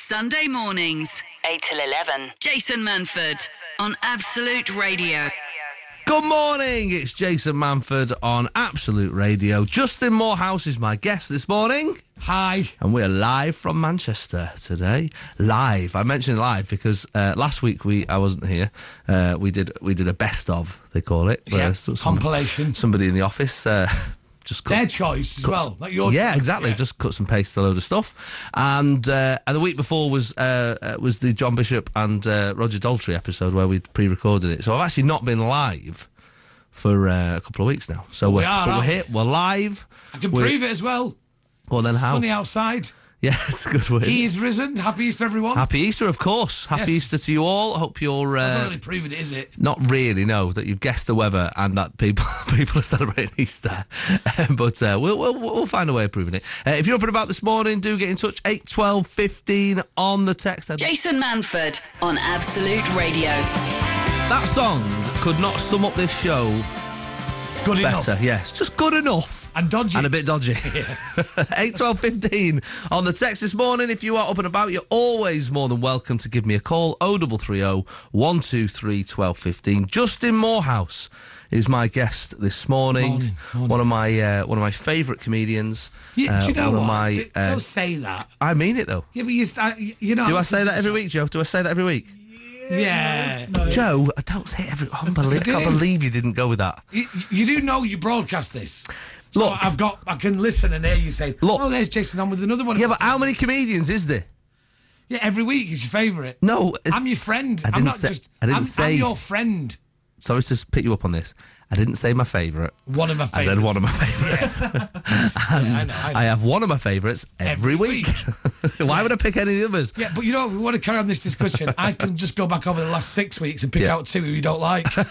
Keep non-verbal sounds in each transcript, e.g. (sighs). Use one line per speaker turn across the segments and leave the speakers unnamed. Sunday mornings, 8 till 11. Jason Manford on Absolute Radio.
Good morning. It's Jason Manford on Absolute Radio. Justin Morehouse is my guest this morning.
Hi.
And we're live from Manchester today. Live. I mentioned live because uh, last week we I wasn't here. Uh, we did we did a best of they call it. where
Yeah,
some-
compilation.
Somebody in the office uh, (laughs) just cut,
Their choice as
cut-
well. Not your
yeah,
choice.
exactly.
Yeah.
Just cut and paste a load of stuff. And uh, and the week before was uh, uh, was the John Bishop and uh, Roger Daltrey episode where we pre-recorded it. So I've actually not been live for uh, a couple of weeks now. So we're,
are,
but we're
aren't
here. We're live.
I can
We're-
prove it as well.
Well, then how? (laughs)
Sunny outside.
Yeah, it's a good word.
He is risen. Happy Easter, everyone.
Happy Easter, of course. Happy
Yes.
Easter to you all. Hope you're
That's not
uh,
really proven, is it?
not really know that you've guessed the weather and that people (laughs) people are celebrating Easter. (laughs) Um, but uh, we'll, we'll we'll find a way of proving it. Uh, if you're up and about this morning, do get in touch. Eight, twelve, fifteen on the text. And
Jason Manford on Absolute Radio.
that song could not sum up this show
Good
better.
enough.
Yes, just good enough.
And dodgy.
And a bit dodgy. (laughs) Eight, twelve, fifteen on the text this morning. If you are up and about, you're always more than welcome to give me a call. Oh, 0330 123 1215. Justin Morehouse is my guest this morning.
Morning, morning.
One of my uh, one of my favourite comedians.
Yeah,
Uh,
do you know
one
what?
Of my,
D-
uh,
Don't say that.
I mean it though.
Yeah, but you, I, you know.
Do I say that every week, Joe? Do I say that every week?
Yeah.
Joe, I don't say it every. Unbelievable! I
do.
can't believe you didn't go with that.
You, you do know you broadcast this. So
Look.
I've got. I can listen and hear you say.
Look.
Oh, there's Jason on with another one.
Yeah, but how many comedians is there?
Yeah, every week is your favourite.
No, it's-
I'm your friend.
I
am
didn't
not
say-
just.
I didn't
am
say-
I'm your friend.
sorry to pick you up on this. I didn't say my favourite.
One of my
I
favourites.
said one of my
(laughs)
favourites.
Yeah, I know, I know.
Mm. I have one of my favourites every,
Every
week. (laughs) Why would I pick any others?
Yeah, but you know, if we want to carry on this discussion, I can just go back over the last six weeks and pick
Yeah.
out two who you
(laughs)
don't like,
Well,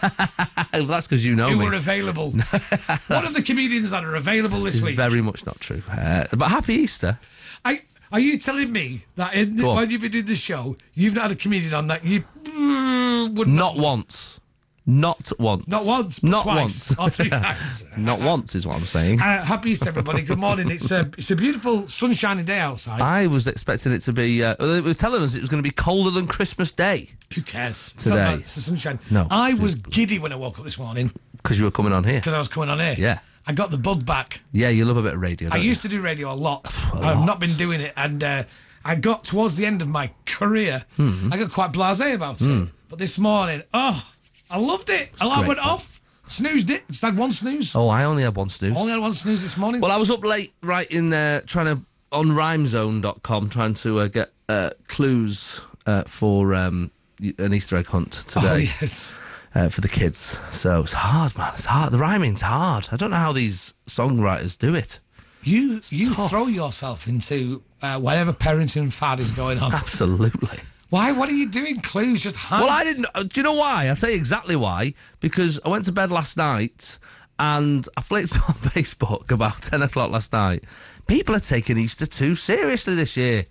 Oh, that's because you know
who
me. (laughs)
were available. One of the comedians that are available
this
this,
is
week.
very much not true. Uh, but happy Easter.
I, are you telling me that in the,
Go on.
when you've been doing the show, you've not had a comedian on that you mm, would not,
Not once. Not once.
not once, but
Not
twice
once. (laughs)
or three times?
not once is what I'm saying.
Uh, happy Easter, everybody. Good morning. It's a it's a beautiful sunshiny day outside.
I was expecting it to be. Uh, well, they were telling us it was going to be colder than Christmas Day
Who cares? It's
Today.
not about- it's the sunshine.
No.
I was giddy when I woke up this morning
because you were coming on here.
because I was coming on here.
Yeah.
I got the bug back.
Yeah, you love a bit of radio.
I
don't you?
used to do radio a
(sighs)
lot. i I've not been doing it, and uh, I got towards the end of my career.
Hmm.
I got quite blasé about it. But this morning, oh, I loved it. Alarm
great
went
fun.
off, snoozed it. Just had one snooze.
Oh, I only had one snooze.
Only had one snooze this morning.
Well, I was up late writing, uh, trying to on rhymezone.com, trying to uh, get uh, clues uh, for um, y- an Easter egg hunt today
oh yes.
uh, for the kids. So it's hard, man. It's hard. The rhyming's hard. I don't know how these songwriters do
(laughs)
it.
You you
tough.
throw yourself into uh, whatever parenting fad is
(laughs)
going on.
Absolutely.
Why? What are you doing? Clues just hide.
Well, I didn't. uh, Do you know why? I'll tell you exactly why. Because I went to bed last night and I flicked (laughs) on Facebook about 10 o'clock last night. People are taking Easter too seriously this year.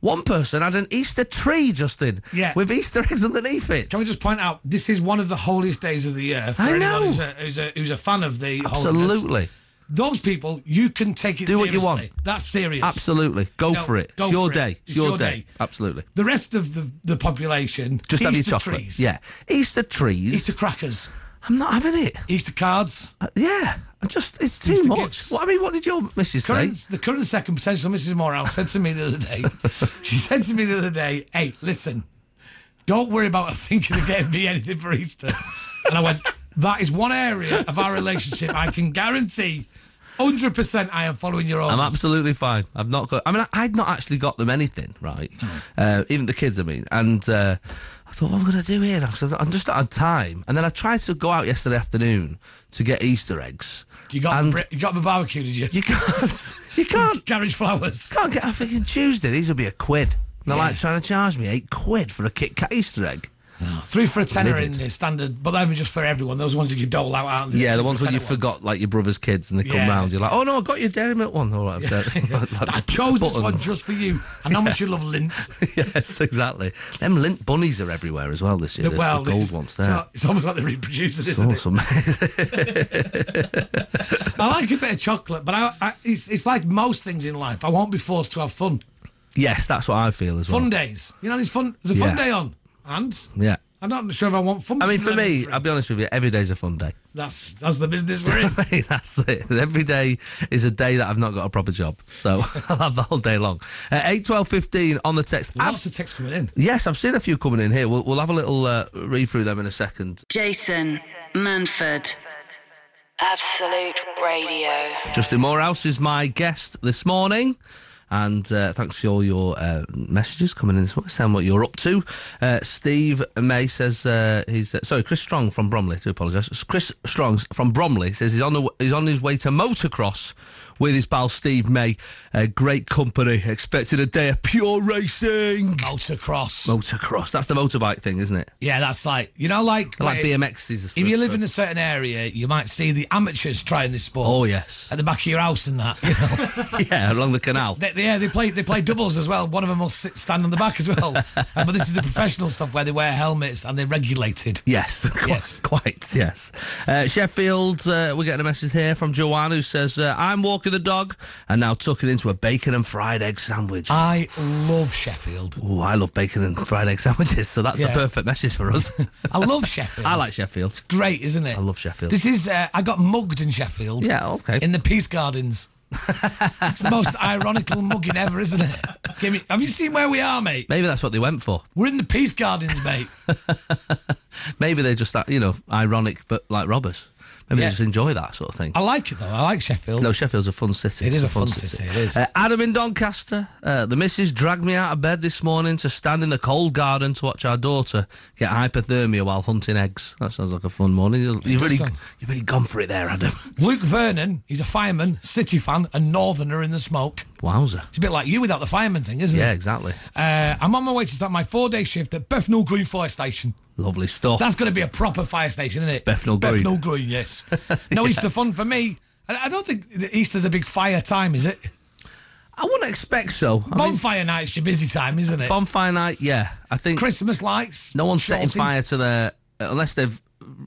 One person had an Easter tree, Justin,
Yeah.
with Easter eggs underneath it.
Can we just point out this is one of the holiest days of the year? For
I
anyone
know.
Who's a, who's, a, who's a fan of the holiness.
Absolutely.
Those people, you can take it.
Do what you
seriously.
want.
That's serious.
Absolutely. Go
No,
for it.
go
it's your
for it.
day.
It's
your
your
day.
day.
Absolutely.
The rest of the, the population
Just have your
Easter
chocolate.
Trees,
Yeah. Easter trees.
Easter crackers,
I'm not having it.
Easter cards.
Uh, Yeah. I just, it's too
Easter
much.
gifts.
What, I mean, what did your missus say?
Current, the current second potential Mrs. Morehouse said to me the
(laughs)
other day. she said to me the other day, "Hey, listen, don't worry about her thinking of getting me anything for Easter." And I went, "That is one area of our relationship I can guarantee, hundred percent, I am following your orders."
I'm absolutely fine. I've not got. I mean, I, I'd not actually got them anything, right? Uh, even the kids, I mean. And uh, I thought, what am I going to do here? now? 'Cause I'm just not on time. And then I tried to go out yesterday afternoon to get Easter eggs.
you got
and
the, you got the barbecue, did you?
you can't. (laughs) You can't.
Garage flowers.
Can't get. I'm thinking Tuesday. These will be a quid. And They're like trying to charge me eight quid for a Kit Kat Easter egg.
Three for a tenner in
Livid.
the standard, but they were just for everyone. Those ones that you dole out, aren't they?
Yeah, the
Three
ones
for
when you
tenner ones.
forgot, like your brother's kids, and they come
Yeah.
round. You're like, oh no, I got your Dairy Milk one. All right, I've
(laughs)
got- like
I chose this one
buttons.
just for you. And how much you
(laughs)
love lint.
yes, exactly. Them lint bunnies are everywhere as well this year. The,
well,
the gold
it's,
ones
it's,
there. Oh,
al- it's almost like they reproduce it, isn't
Awesome.
it? I like a bit of chocolate, but I, I, it's, it's like most things in life. I won't be forced to have fun.
(laughs) Yes, that's what I feel as well.
Fun days. You know, there's fun. There's a fun
Mm. Yeah.
day on, and
Yeah.
I'm not sure if I want fun.
I mean, for me,
delivered.
I'll be honest with you, every day's a fun day. (laughs)
that's that's the business we're in.
Hey, That's it. Every day is a day that I've not got a proper job. So (laughs) I'll have the whole day long. Uh, 8, 12, 15 on the text.
Lots
Abs-
of texts coming in.
yes, I've seen a few coming in here. We'll, we'll have a little uh, read through them in a second.
Jason Manford. Absolute Radio.
Justin Morehouse is my guest this morning. And uh, thanks for all your uh, messages coming in this morning, saying what you're up to. Uh, Steve May says uh, he's uh, sorry. Chris Strong from Bromley, to apologise. It's Chris Strong from Bromley says he's on the, w- he's on his way to motocross with his pal Steve May. A great company, expecting a day of pure racing.
Motocross.
Motocross, that's the motorbike thing, isn't it?
yeah, that's like you know, like
Like
like
BMX is.
if you live in a certain area, you might see the amateurs trying this sport.
oh yes, (laughs)
(laughs) At the back of your house and that, you know.
yeah, along the canal.
They- they- yeah, they play they play doubles as well. One of them will sit, stand on the back
(laughs)
as well. Uh, but this is the professional stuff where they wear helmets and they're regulated.
Yes, (laughs) quite,
Yes.
quite yes. Uh, Sheffield, uh, we're getting a message here from Joanne who says, uh, "I'm walking the dog and now tucking into a bacon and fried egg sandwich."
I love Sheffield.
Oh, I love bacon and fried egg (laughs) sandwiches, so that's the
(laughs) Yeah.
perfect message for us.
I love
(laughs)
Sheffield.
I like Sheffield.
Great, isn't it?
I love Sheffield.
This is uh, I got mugged in Sheffield.
Yeah, okay.
In the
(laughs)
Peace Gardens. it's the most ironical mugging ever, isn't it? Give me- have you seen where we are, mate?
Maybe that's what they went for.
We're in the Peace Gardens, mate.
Maybe they're just that, you know, ironic but like robbers. Maybe
Yeah.
they just enjoy that sort of thing.
I like it though. I like Sheffield.
No, Sheffield's a fun city.
It is
It's
a fun city, it is.
Uh, Adam in Doncaster. Uh, the missus dragged me out of bed this morning to stand in the cold garden to watch our daughter get hypothermia while hunting eggs. That sounds like a fun morning. You- You've really,
sound-
you've really gone for it there, Adam. (laughs)
Luke Vernon, he's a fireman, city fan, a northerner in the smoke.
Wowzer.
It's a bit like you without the fireman thing, isn't
Yeah,
it?
exactly.
Uh, I'm on my way to start my four day shift at Bethnal Green Fire Station.
Lovely stuff.
That's going to be a proper fire station, isn't it?
Bethnal Green.
Bethnal
(laughs)
Green, yes. No Easter fun for me. I I don't think that Easter's a big fire time, is it?
I wouldn't expect so. I mean,
Bonfire night's your busy time, isn't it?
bonfire night. Yeah, I think
Christmas lights.
no one's setting
shorting-
fire to their unless they've,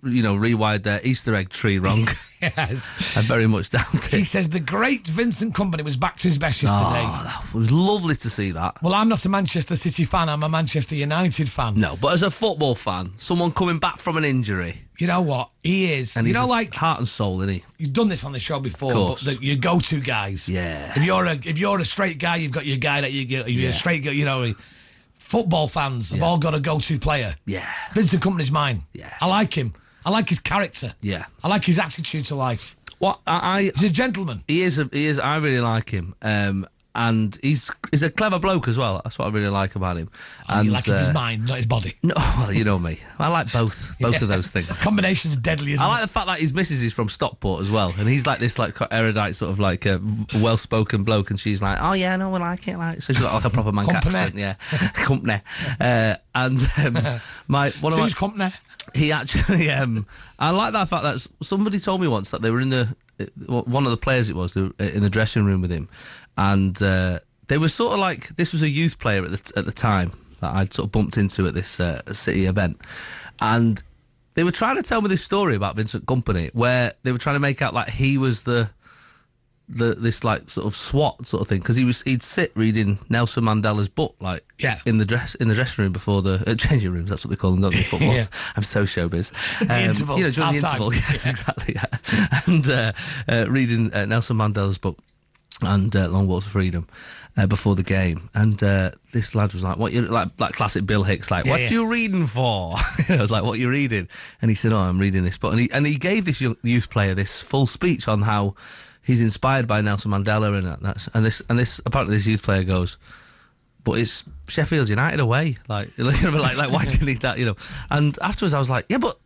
you know, rewired their Easter egg tree
(laughs)
wrong.
(laughs) Yes.
I very much doubt
He
it.
says the great Vincent Company was back to his best yesterday.
Oh, that was lovely to see that.
Well, I'm not a Manchester City fan. I'm a Manchester United fan.
No, but as a football fan, someone coming back from an injury,
You know what? He is.
and
you
he's
know,
a
like
heart and soul, isn't he?
you've done this on the show before, but
Course.
the, your go-to guys.
Yeah.
If you're a if you're a straight guy, you've got your guy that you get. You're
Yeah.
a straight guy. You know, eh, football fans have all got a go-to player.
Yeah.
Vincent Company's mine.
Yeah.
I like him. I like his character.
Yeah.
I like his attitude to life.
What I, I
He's a gentleman.
he is, a, he is. I really like him, um, and he's he's a clever bloke as well. That's what I really like about him. and
And Oh, you like him,
uh,
his mind, not his body.
(laughs) no, well, you know me. I like
(laughs)
both both of those things.
Combination's deadly, isn't
I like the fact that his missus is from Stockport as well, and he's like this like quite erudite sort of like uh, well spoken bloke, and she's like, oh yeah, no, we like it, like so she's got like a
(laughs)
proper man
Company.
accent, yeah, (laughs) company. Uh, and um, my one
it?
of my,
Who's company?
he actually (laughs) um i like that fact that s- somebody told me once that they were in the uh, one of the players it was they were uh, in the dressing room with him and uh, they were sort of like this was a youth player at the at the time that i'd sort of bumped into at this uh, city event and they were trying to tell me this story about vincent company where they were trying to make out like he was the the, this like sort of SWAT sort of thing because he was he'd sit reading Nelson Mandela's book like
Yeah.
in the dress in the dressing room before the uh, (laughs) changing rooms that's what they call them don't they football
Yeah.
(laughs) I'm so showbiz. Um,
The interval,
You know, during the
half-time.
interval. (laughs) Yes, exactly. Yeah. (laughs) And uh, uh, reading uh, Nelson Mandela's book and uh, Long Walks of Freedom uh, before the game. And uh, this lad was like, "What you like? Like classic Bill Hicks. Like, what
yeah.
you reading for?" (laughs) I was like, "What you reading?" And he said, "Oh, I'm reading this book." And he and he gave this young, youth player this full speech on how. He's inspired by Nelson Mandela, and that's and this and this. Apparently, this youth player goes, but it's Sheffield United away. Like, (laughs) you know, like, like, why do you need that? You know. And afterwards, I was like, yeah, but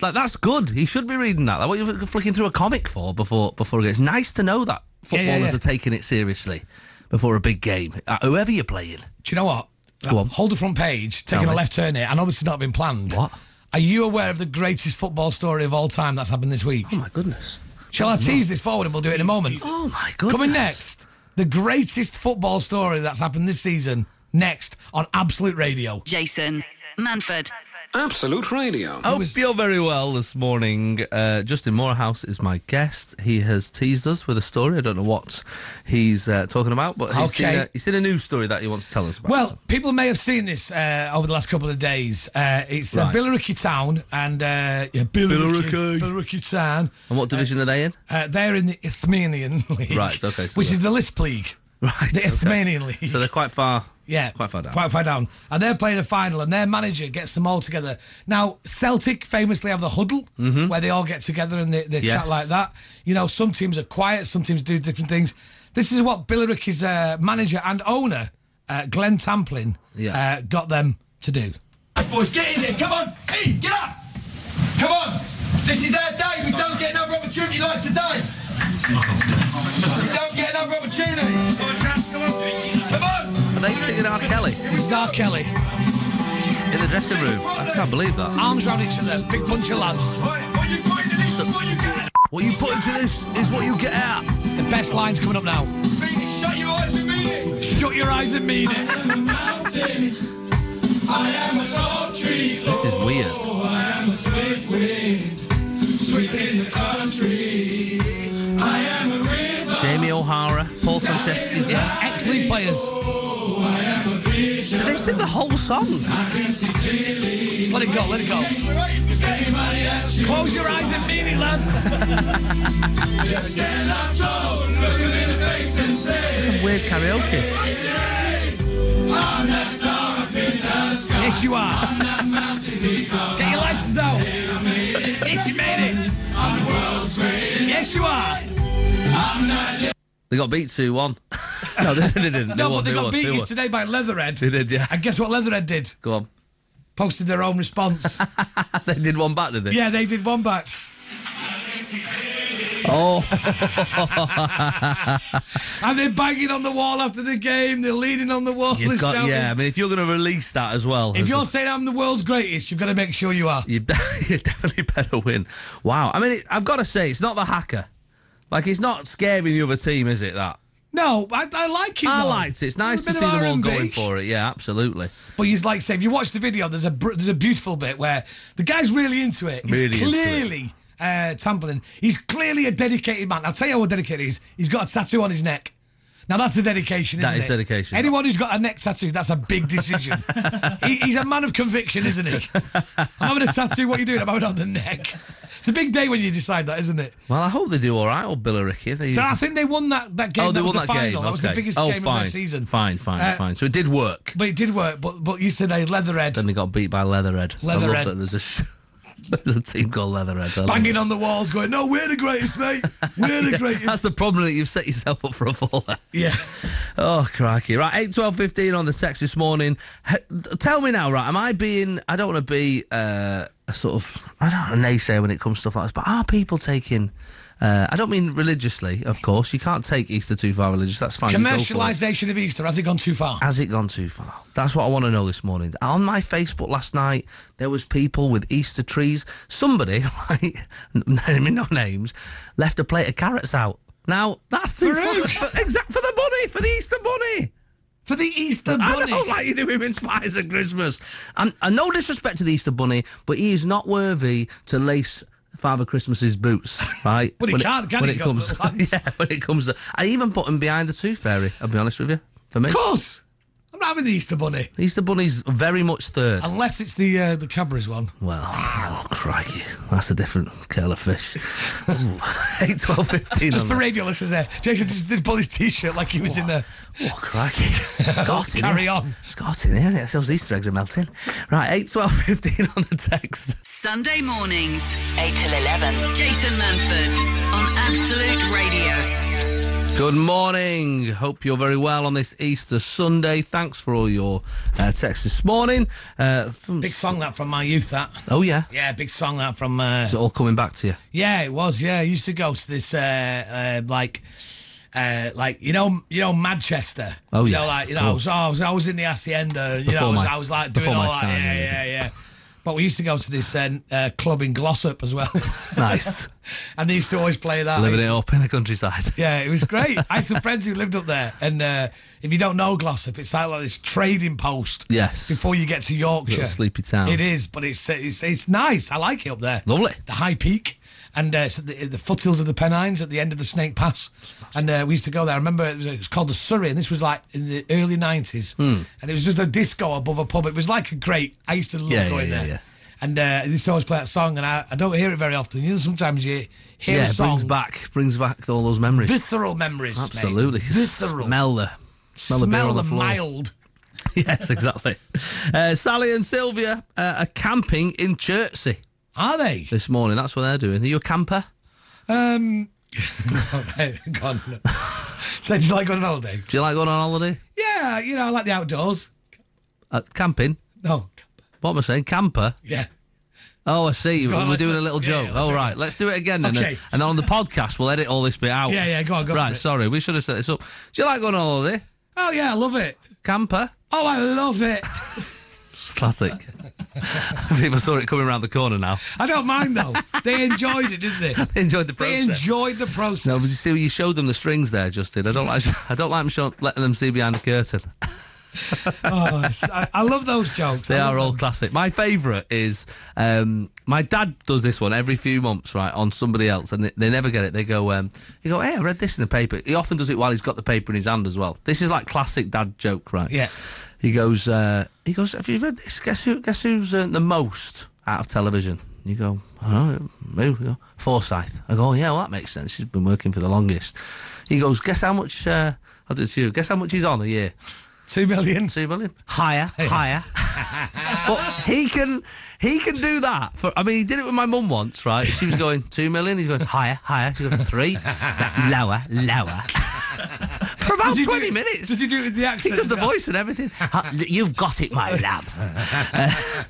like that's good. He should be reading that. Like, what are you flicking through a comic for before before a game? It's nice to know that
Yeah,
footballers
yeah, yeah.
are taking it seriously before a big game, uh, whoever you're playing.
Do you know what?
Go on.
Hold the front page, taking
Tell
a
me.
left turn here. I know this has not been planned.
What?
Are you aware of the greatest football story of all time that's happened this week?
Oh my goodness.
Shall I tease this forward and we'll do it in a moment?
Oh my goodness.
Coming next, the greatest football story that's happened this season, next on Absolute Radio.
Jason Manford.
Absolute Radio.
Hope
was-
you're very well this morning. Uh, Justin Morehouse is my guest. He has teased us with a story. I don't know what he's uh, talking about, but he's,
Okay.
seen a, he's seen a news story that he wants to tell us about.
Well, people may have seen this uh, over the last couple of days. Uh, it's uh,
Right.
Billericay Town and uh, yeah,
Billericay.
Billericay, Billericay Town.
and what division are they in?
Uh, they're in the Isthmian League,
Right, okay, so
which
they're-
is the Lisp League,
Right,
The
okay.
Isthmian League.
So they're quite far.
Yeah,
quite far down.
Quite far down. And they're playing a final, and their manager gets them all together. Now, Celtic famously have the huddle where they all get together and they, they
Mm-hmm. Yes.
chat like that. You know, some teams are quiet, some teams do different things. This is what Billericay's uh, manager and owner, uh, Glenn Tamplin,
Yeah.
uh, got them to do.
boys, get in there, come on, in, get up, come on. This is our day. We don't get another opportunity like today. We don't get another opportunity. Come on.
Are they singing R. Kelly
This is R. Kelly.
in the dressing room? I can't believe that.
Arms round each other, big bunch of lads.
Right, what you pointing at? What you getting?
What you put into this is what you get out.
The best line's coming up now.
Mean it. Shut your eyes and mean it.
Shut your eyes and mean it.
am a mountain. I am a tall tree.
This is weird.
Oh, I am a swift wind, sweeping the country. I am a river.
Jamie O'Hara, Paul Franceschi's there.
Ex league players.
I am a vision.
Did they sing the whole song?
I can see clearly.
Let it go, let it go.
If anybody asks you,
Close your eyes and mean it, lads.
just stand up tall, look 'em in the face and say,
Weird karaoke.
I'm that star up in the sky.
Yes, you are.
That mountain peak of
Get your lights out. Yes, you made it.
the world's greatest.
Yes, you are.
I'm not
They got beat 2 1. (laughs) no, they, Oh, they didn't.
No,
won,
but they got
won,
beat
won.
today by Leatherhead.
They did, yeah.
And guess what Leatherhead did?
Go on. (laughs)
Posted their own response.
They did one back, did they?
yeah, they did one back.
Oh,
And they're banging on the wall after the game. They're leaning on the wall.
you've
they're
got,
shouting.
yeah. I mean, if you're going to release that as well,
If
as a-
you're saying I'm the world's greatest, you've got to make sure you are.
you, (laughs) you definitely better win. Wow. I mean, it, I've got to say, it's not the hacker. Like, it's not scaring the other team, is it? That
No, I, I like it.
I
more.
liked it. It's nice to
A bit
see
of
them all
R&B.
going for it. Yeah, absolutely.
But you like say, if you watch the video, there's a br- there's a beautiful bit where the guy's really into it. He's
Really into it.
clearly uh, Tamplin. He's clearly a dedicated man. I'll tell you how dedicated he is. He's got a tattoo on his neck. Now that's a dedication, isn't
That is
it?
dedication.
Anyone who's got a neck tattoo, that's a big
(laughs)
decision. he, he's a man of conviction, isn't he? I'm having a tattoo. What are you doing? I'm having it on the neck. It's a big day when you decide that, isn't it?
Well, I hope they do all right, old Billericay. They
I think they won that, that game.
oh, they
that
won
was
that
the final.
game.
That was the
okay.
biggest
oh,
game
fine.
of their season.
Fine, fine,
Uh,
fine. So it did work.
But it did work. But but yesterday, Leatherhead.
Then they got beat by Leatherhead. I love
Leatherhead.
that there's a sh- (laughs) there's a team called Leatherhead. I love it.
banging on the walls, going, "No, we're the greatest, mate. We're (laughs) the
That's
greatest."
the problem that you've set yourself up for a fall. there.
Yeah.
Oh, crikey. Right, 8, 12, 15 on the text this morning. H- tell me now, right, am I being, I don't want to be uh, a sort of, I don't know, naysayer when it comes to stuff like this, but are people taking, uh, I don't mean religiously, of course. You can't take Easter too far religious. That's fine. you go for it.
Commercialisation of Easter has it gone too far?
Has it gone too far? That's what I want to know this morning. On my Facebook last night, there was people with Easter trees. Somebody, (laughs) right, I mean, no names, left a plate of carrots out. Now that's too
Farouk!
far. (laughs) For, exact for the bunny, for the Easter bunny.
For the Easter
I
bunny.
don't like you doing him spies at Christmas. And, and no disrespect to the Easter bunny, but he is not worthy to lace. Father Christmas's
(laughs)
boots, right?
Well, he
When it-
can't, can
when
he?
it
He's
(laughs)
got
comes,
little hands.
yeah, when it comes to, I even put him behind the tooth fairy. I'll be honest with you. For me,
Of course, I'm not having the Easter bunny
Easter Bunny's very much third.
unless it's the uh, the Cadbury's one.
Well, oh, crikey. That's a different kettle of
(laughs)
fish. Ooh, (laughs) 8, 12, 15.
Just
on
for
that.
radio listeners, there, Jason just did pull his T-shirt like he was in the.
Oh,
(laughs)
crikey. It's got in
Carry
here.
on.
It's got in here, isn't it? Those Easter eggs are melting. Right, 8, 12, 15 on the text.
Sunday mornings, 8 till 11. Jason Manford on Absolute Radio.
Good morning. Hope you're very well on this Easter Sunday. Thanks for all your uh, texts this morning. Uh, from-
Big song that from my youth. That
oh, yeah.
yeah, big song that from. Uh,
It's all coming back
(laughs)
to you.
Yeah, it was. Yeah, I used to go to this uh, uh, like. Uh, like you know, you know Manchester.
Oh,
you
yes,
know, like you
of
know, I
course.
was, I was, I was in the hacienda. You
Before
know, I was,
my-
I was like
before
doing all
my
that.
time,
yeah,
yeah.
yeah, yeah. But we used to go to this uh, uh, club in Glossop as well.
(laughs) Nice.
(laughs) and they used to always play that.
Living it up in the countryside.
Yeah, it was great.
(laughs)
I had some friends who lived up there, and uh, if you don't know Glossop, it's like, like this trading post.
Yes.
Before you get to Yorkshire,
Little sleepy town.
It is, but it's it's it's nice. I like it up there.
Lovely.
The high peak. And uh, so the, the foothills of the Pennines at the end of the Snake Pass, and uh, we used to go there. I remember it was, it was called the Surrey, and this was like in the early nineties,
Hmm.
and it was just a disco above a pub. It was like a great. I used to love
Yeah, yeah,
going
yeah,
there.
yeah.
And uh, they used to always play that song, and I, I don't hear it very often. You know, sometimes you hear
yeah,
a
it
song,
brings back brings back all those memories.
visceral memories. mate.
Absolutely.
Visceral.
Smell the smell, the beer
Smell
on the
the
floor.
mild.
(laughs) Yes, exactly. uh, Sally and Sylvia uh, are camping in Chertsey
Are they?
this morning. That's what they're doing. Are you a camper? (laughs)
Um,
Oh,
gone. So do you like going on holiday?
Do you like going on holiday?
Yeah, you know, I like the outdoors.
Uh, camping?
No,
What am I saying? Camper?
yeah.
Oh, I see.
on,
We're
let's
doing
do-
a little
yeah,
joke.
yeah,
All
let's do
right, let's do it again. then.
Okay.
And on the podcast, we'll edit all this bit out.
Yeah, yeah, go on, go for
Right,
it.
sorry. We should have set this up. Do you like going on holiday?
Oh yeah, I love it.
Camper?
Oh, I love it.
It's
(laughs)
classic. People saw it coming around the corner now.
I don't mind though. They enjoyed it, didn't they?
They enjoyed the
They
process.
enjoyed the process.
No, but you see, you showed them the strings there, Justin. I don't like, (laughs) I don't like them show, letting them see behind the curtain.
Oh, it's- I, I love those jokes.
They
I love
are all
them.
classic. My favourite is um, my dad does this one every few months, right, on somebody else, and they, they never get it. They go, um, he go, hey, I read this in the paper. He often does it while he's got the paper in his hand as well. This is like classic dad joke, right?
Yeah.
He goes, uh, he goes, have you read this? Guess who? Guess who's uh, the most out of television? You go, I don't know, who? He go, Forsyth. I go, oh, yeah, well, that makes sense. He's been working for the longest. He goes, guess how much? Uh, I'll do it to you. Guess how much he's on a year?
Two million.
two million. Higher, (laughs) higher. but he can he can do that for I mean he did it with my mum once, right? She was going two million, he's going higher, higher, she's going three, lower, (laughs) lower. for about
Does he do
twenty
it-
minutes.
Does he do it with the
He
accent?
does the voice and everything. "Ha, You've got it, my love.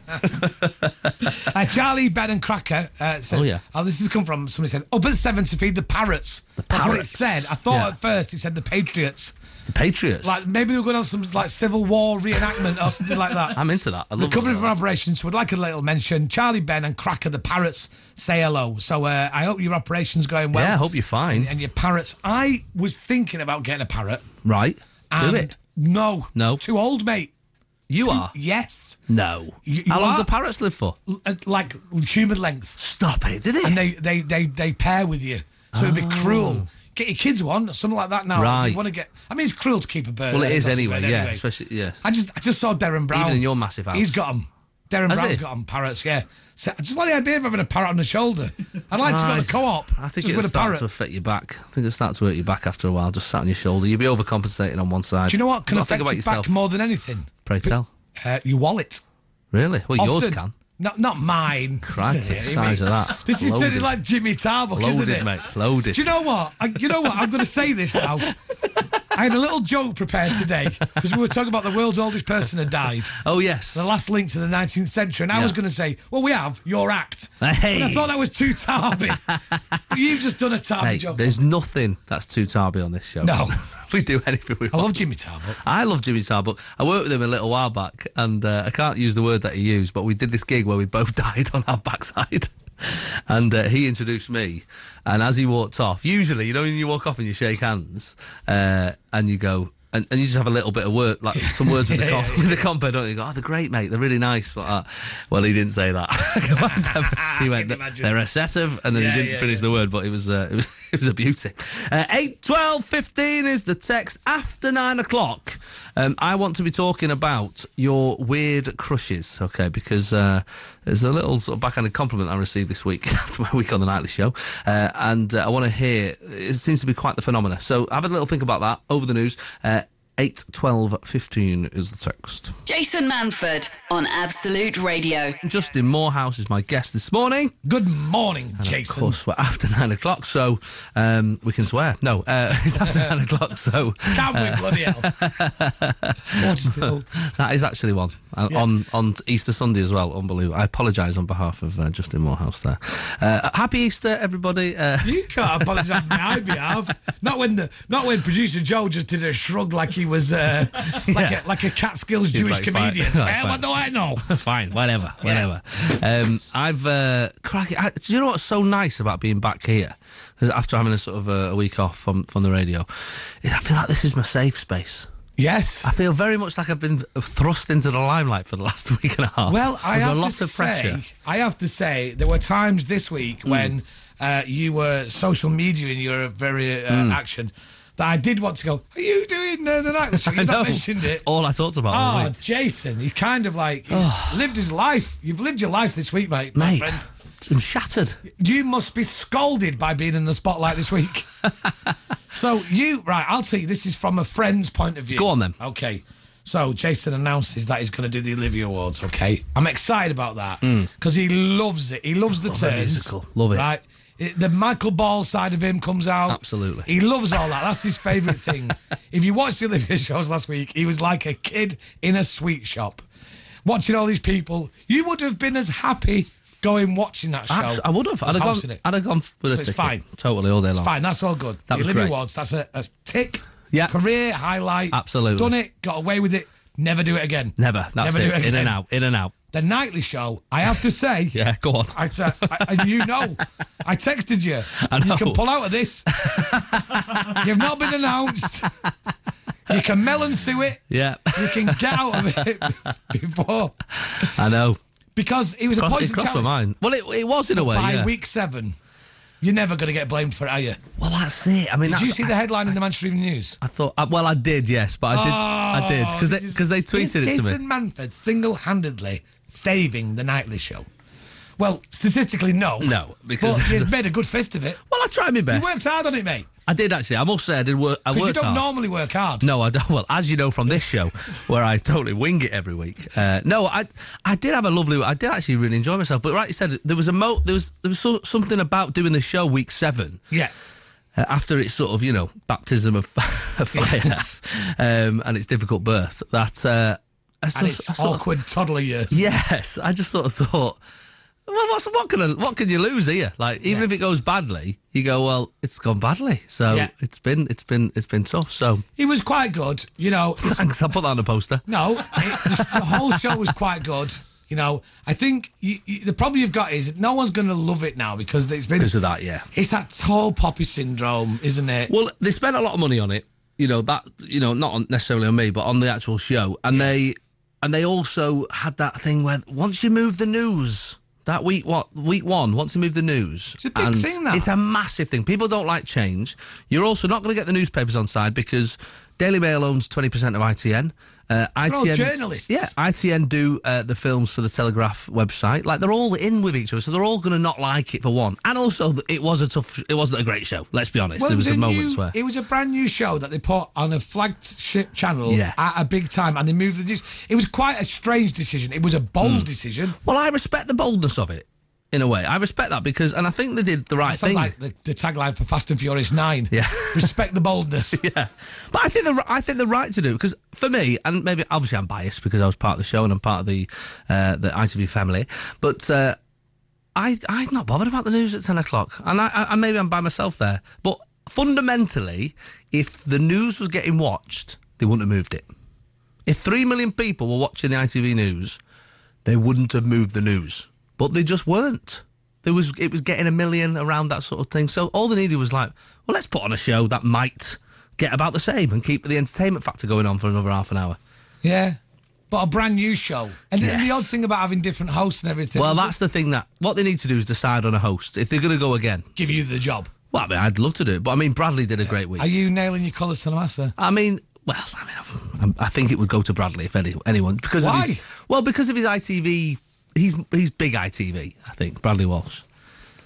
(laughs)
Uh, Charlie Ben and Cracker uh, said,
Oh, yeah.
this has come from somebody said, up at seven to feed the parrots. That's what it
parrots.
said. I thought
Yeah.
at first it said the Patriots.
The Patriots.
Like maybe we're going on some like Civil War reenactment or something like that.
(laughs) I'm into that. I love
Recovering
all
from
that.
operations, would like a little mention. Charlie Ben and Cracker the Parrots say hello. So uh, I hope your operation's going well.
yeah, I hope you're fine.
And your parrots. I was thinking about getting a parrot.
Right.
And
do it.
No.
No.
Too old, mate.
You are.
Yes.
No.
You-
How
you
long do
are-
parrots live for?
L- uh, like human length.
Stop it, did
and they they they, they pair with you. So it'd be cruel. Get your kids one or something like that now.
Oh. Right.
You want to get? I mean, it's cruel to keep a bird.
Well, it
an
is
exotic
anyway,
bird
yeah, especially- yeah.
I just I just saw Darren Brown.
Even in your massive house.
he's got them. Darren
Has
Brown's
he?
got them parrots. Yeah. So I just like the idea of having a parrot on the shoulder. I'd like to go
Nice.
to co-op.
I think
just
it'll
with a
start
parrot.
to affect your back. I think it'll start to hurt your back after a while, just sat on your shoulder. You'll be overcompensating on one side.
Do you know what can
Not
affect
think about
your
yourself.
back more than anything?
Pray tell.
Uh, your wallet.
Really? Well, yours
Often.
can.
Not not mine. (laughs)
Crikey,
Yeah,
size
I mean,
of that.
This is
Loaded.
turning like Jimmy Tarbuck, isn't
Loaded,
it?
mate. Loaded.
Do you know what? I, you know what? I'm going to say this now. (laughs) I had a little joke prepared today because we were talking about the world's oldest person had died,
oh, yes.
the last link to the 19th century, and I
Yeah.
was going to say, "Well, we have your act."
Hey.
And I thought that was
(laughs)
too tarby. but you've just done a tarby
Mate,
joke.
there's nothing that's too tarby on this show.
No.
(laughs) we do anything we
I
want.
love Jimmy Tarbuck.
I love Jimmy Tarbuck. I worked with him a little while back, and uh, I can't use the word that he used, but we did this gig where we both (laughs) died on our backside. (laughs) And uh, he introduced me, and as he walked off, usually, you know, when you walk off and you shake hands, uh, and you go, and, and you just have a little bit of work, like some words
(laughs)
with the, com- with the compo, don't you? you? Go, oh, they're great, mate. They're really nice. Like that. Well, he didn't (laughs) say that.
(laughs)
he went,
Can imagine.
they're excessive, and then
Yeah,
he didn't
yeah,
finish the word, but it was uh, (laughs) it was it was a beauty. Uh, Eight, twelve, fifteen is the text after nine o'clock. Um, I want to be talking about your weird crushes, okay? Because uh, there's a little sort of backhanded compliment I received this week (laughs) after my week on the nightly show, uh, and uh, I want to hear. It seems to be quite the phenomena. So have a little think about that over the news. Uh, 8, 12, 15 is the text.
Jason Manford on Absolute Radio.
Justin Morehouse is my guest this morning.
Good morning,
Of
Jason.
course, we're after nine o'clock, so um, we can swear. No, uh, (laughs) it's after nine o'clock, so (laughs)
Can we bloody hell? What is (laughs) it?
that is actually one uh, on on Easter Sunday as well. Unbelievable. I apologise on behalf of uh, Justin Morehouse there. Uh, happy Easter, everybody. Uh, (laughs)
You can't apologise on my behalf. Not when the not when producer Joe just did a shrug like he he
(laughs)
was uh, like, a, like a Catskills
He's
Jewish
like, fine.
comedian.
(laughs) Like,
Eh,
fine.
what do I know?
Fine, whatever, whatever. Um, I've uh, crack. I, do you know what's so nice about being back here? 'Cause after having a sort of uh, a week off from from the radio, is I feel like this is my safe space.
Yes.
I feel very much like I've been thrust into the limelight for the last (laughs) week and a half.
Well, I
There's
have
a lot
to
of pressure. Hmm.
say, I have to say, there were times this week when uh, you were social media in your very uh,
Hmm.
action that I did want to go. Are you doing uh, the night?
(laughs)
this
(laughs)
week?
I
You've
know.
not mentioned
It's
it.
all I talked about. all
Oh,
week.
Jason, he kind of like he's lived his life. You've lived your life this week, mate. my
mate,
friend.
I'm shattered.
You must be scalded by being in the spotlight this
(laughs)
week. so you, right? I'll tell you. This is from a friend's point of view.
Go on then.
Okay. So Jason announces that he's going to do the Olivia Awards. Okay, I'm excited about that because he loves it. He loves the
a
turns.
Hmm. musical. Love it.
Right. It- The Michael Ball side of him comes out.
Absolutely.
He loves all that. That's his
(laughs)
favourite thing. if you watched the Olivia shows last week, he was like a kid in a sweet shop, watching all these people. You would have been as happy going watching that show.
Abs- I would have. I'd have
Housing
gone.
it.
I'd have gone f- with
So
a
it's
ticket.
fine.
Totally all day long.
Fine, that's all good.
That was
Olivia
great.
Awards, that's a, a tick.
Yeah.
Career highlight.
Absolutely.
Done it, got away with it, never do it again.
Never. That's
never do it
it.
again.
In and out. In and out.
The nightly show, I have to say.
(laughs) Yeah. Go on.
I, te- I- and you know, I texted you.
I know.
You can pull out of
(laughs)
this. You've not been announced. You can melon sue it. (laughs)
yeah.
You can get out of it (laughs) before.
I know.
Because it was a
Cross-
poison
it crossed
challenge.
my mind. Well, it, it was in a way.
By
yeah.
week seven, you're never going to get blamed for it, are you?
Well, that's it. I mean,
Did
that's,
you see the headline in the Manchester Evening News?
I thought. I, well, I did. Yes, but I did. I
Oh,
did because they because they tweeted it to me.
Jason Manford single-handedly saving the nightly show. Well, statistically, no.
No, because-
but
(laughs)
he's made a good fist of it.
Well, I tried my
You
best.
worked hard on it, mate.
I did actually. I must say, I did work. I
Because you
worked
don't
hard.
normally work
(laughs)
hard.
No, I don't. Well, as you know from this show, where I totally wing it every week. Uh, no, I I did have a lovely. I did actually really enjoy myself. But right, you said there was a mo. There was there was so, something about doing the show week seven
Yeah.
uh, after it's sort of you know baptism of, (laughs) of fire,
(laughs)
um, and its difficult birth. That uh, I sort
And
of- (laughs)
it's
I sort of-
awkward toddler years.
Yes, I just sort of thought, well, what's, what can I- what can you lose here? Like, even if it goes badly, you go, well, it's gone badly, so
Yeah.
it's been it's been it's been tough. So
He was quite good, you
(laughs)
know. it's-
thanks, I'll put that on a poster.
no, it, the, the whole show was quite good. You know, I think you, you, the problem you've got is no one's going to love it now because it's been.
Because of that, yeah.
It's that tall poppy syndrome, isn't it?
Well, they spent a lot of money on it. You know that. You know, not on, necessarily on me, but on the actual show, and they and they also had that thing where once you move the news. That week, what week one? Once you move the news,
It's a big
and
thing, that.
it's a massive thing. People don't like change. You're also not going to get the newspapers on side because Daily Mail owns twenty percent of ITN. Uh, ITN
all journalists.
Yeah, ITN do uh, the films for the Telegraph website. Like they're all in with each other, so they're all going to not like it for one. And also, th- it was a tough. It wasn't a great show. Let's be honest. there was
it
the
a
moments
new-
where
it was a brand new show that they put on a flagship channel
Yeah.
at a big time, and they moved the news. It was quite a strange decision. It was a
Hmm.
bold decision.
Well, I respect the boldness of it in a way. I respect that because, and I think they did the right
It's not
thing.
like the, the tagline for Fast and Furious Nine.
Yeah.
(laughs) respect the boldness.
(laughs) yeah, but I think the I think the right to do because for me, and maybe obviously I'm biased because I was part of the show and I'm part of the uh, the ITV family, but. Uh, I, I'm not bothered about the news at 10 o'clock. And I, I, and maybe I'm by myself there. But fundamentally, if the news was getting watched, they wouldn't have moved it. If 3 million people were watching the ITV news, they wouldn't have moved the news. But they just weren't. There was it was getting a million around that sort of thing. So all they needed was like, well, let's put on a show that might get about the same and keep the entertainment factor going on for another half an hour.
Yeah, but a brand new show. And then the
Yes.
odd thing about having different hosts and everything.
Well, that's the thing that what they need to do is decide on a host if they're going to go again.
give you the job.
Well, I mean, I'd love to do it, but I mean, Bradley did a great week.
Are you nailing your colours to the massa?
I mean, well, I mean, I'm- I think it would go to Bradley if any, anyone because
Why?
of his well because of his ITV. He's he's big ITV, I think. Bradley Walsh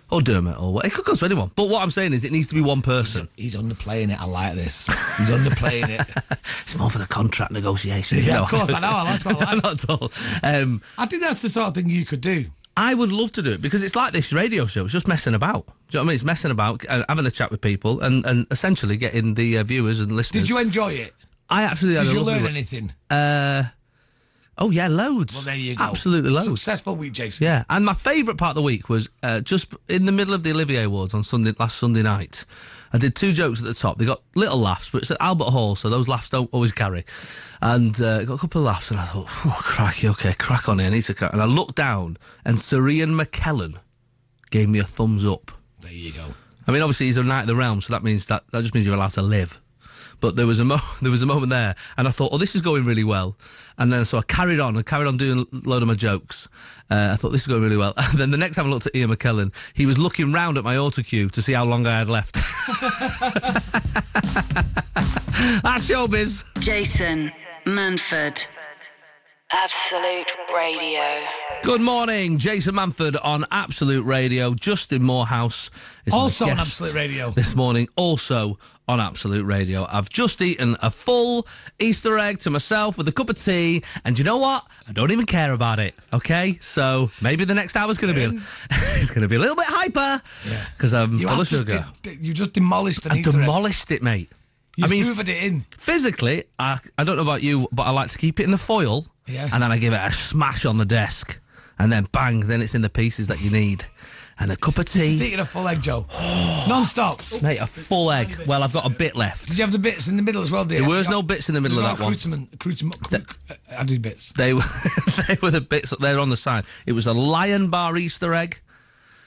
or Dermot or what. It could go to anyone. But what I'm saying is, it needs to be one person.
He's underplaying it. I like this. He's underplaying it.
(laughs) It's more for the contract negotiations.
Yeah,
you know.
of course, I know. I
(laughs)
like that.
No, not at all. Um,
I think that's the sort of thing you could do.
I would love to do it because it's like this radio show. It's just messing about. Do you know what I mean? It's messing about, uh, having a chat with people, and, and essentially getting the uh, viewers and listeners.
Did you enjoy it?
I actually had
Did
a
you
lovely
learn
week.
anything?
Oh yeah, loads.
Well, there you go.
Absolutely loads.
Successful week, Jason.
Yeah, and my favourite part of the week was uh, just in the middle of the Olivier Awards on Sunday last Sunday night. I did two jokes at the top. They got little laughs, but it's at Albert Hall, so those laughs don't always carry. And uh, got a couple of laughs, and I thought, oh, crikey, okay, crack on here. I need to crack. And I looked down, and Sir Ian McKellen gave me a thumbs up.
There you go.
I mean, obviously he's a knight of the realm, so that means that that just means you're allowed to live. But there was a mo- (laughs) there was a moment there, and I thought, oh, this is going really well. And then so I carried on, I carried on doing a load of my jokes. Uh, I thought this is going really well. (laughs) And then the next time I looked at Ian McKellen, he was looking round at my auto cue to see how long I had left. (laughs) That's showbiz.
Jason Manford. Absolute Radio.
Good morning, Jason Manford on Absolute Radio. Justin Morehouse is my
Also on
guest
Absolute Radio.
this morning. Also on Absolute Radio, I've just eaten a full Easter egg to myself with a cup of tea, and you know what? I don't even care about it. Okay, so maybe the next hour's going to be (laughs) it's going to be a little bit hyper because I'm
You,
full of
have just
sugar.
de- de- you just demolished an
I
Easter egg.
demolished it, mate.
You
I mean,
hoovered it in.
physically, I, I don't know about you, but I like to keep it in the foil.
Yeah.
And then I give it a smash on the desk. And then bang, then it's in the pieces that you need. And a cup of tea.
Eating a full egg,
(sighs)
Joe.
Oh.
Non-stop.
Mate, a full egg. Well, I've got a bit left.
Did you have the bits in the middle as well, dear?
There was no bits in the middle of that one.
I did uh, bits.
They were, (laughs) they were the bits that they're on the side. It was a lion bar Easter egg.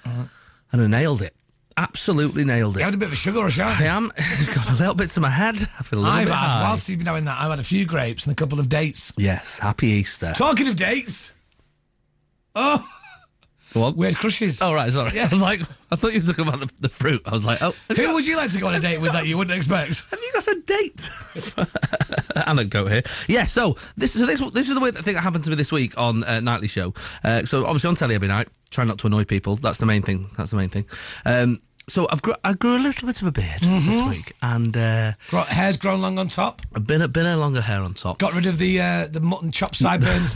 And I nailed it. Absolutely nailed
You
it.
had a bit of a sugar rush, haven't
I
you?
am. (laughs) It's got a little bit to my head. I feel a little
I've
bit
had,
high.
whilst you've been having that, I've had a few grapes and a couple of dates.
Yes, happy Easter.
Talking of dates, oh,
Go on.
weird crushes.
Oh, right, sorry. I was like, I thought you were talking about the, the fruit. I was like, oh, have you,
Who would you like to go on a date with that you wouldn't
(laughs)
expect?
have you got a (laughs) date? Anecdote here. Yeah, so this, so this, this is the weird thing that happened to me this week on uh, Nightly Show. Uh, so obviously on telly every night, try not to annoy people. That's the main thing. That's the main thing. Um, so I've gr- I grew a little bit of a beard this week, and uh,
Gro- Hair's grown long on top.
I've been a been a longer hair on top.
Got rid of the uh, the mutton chop sideburns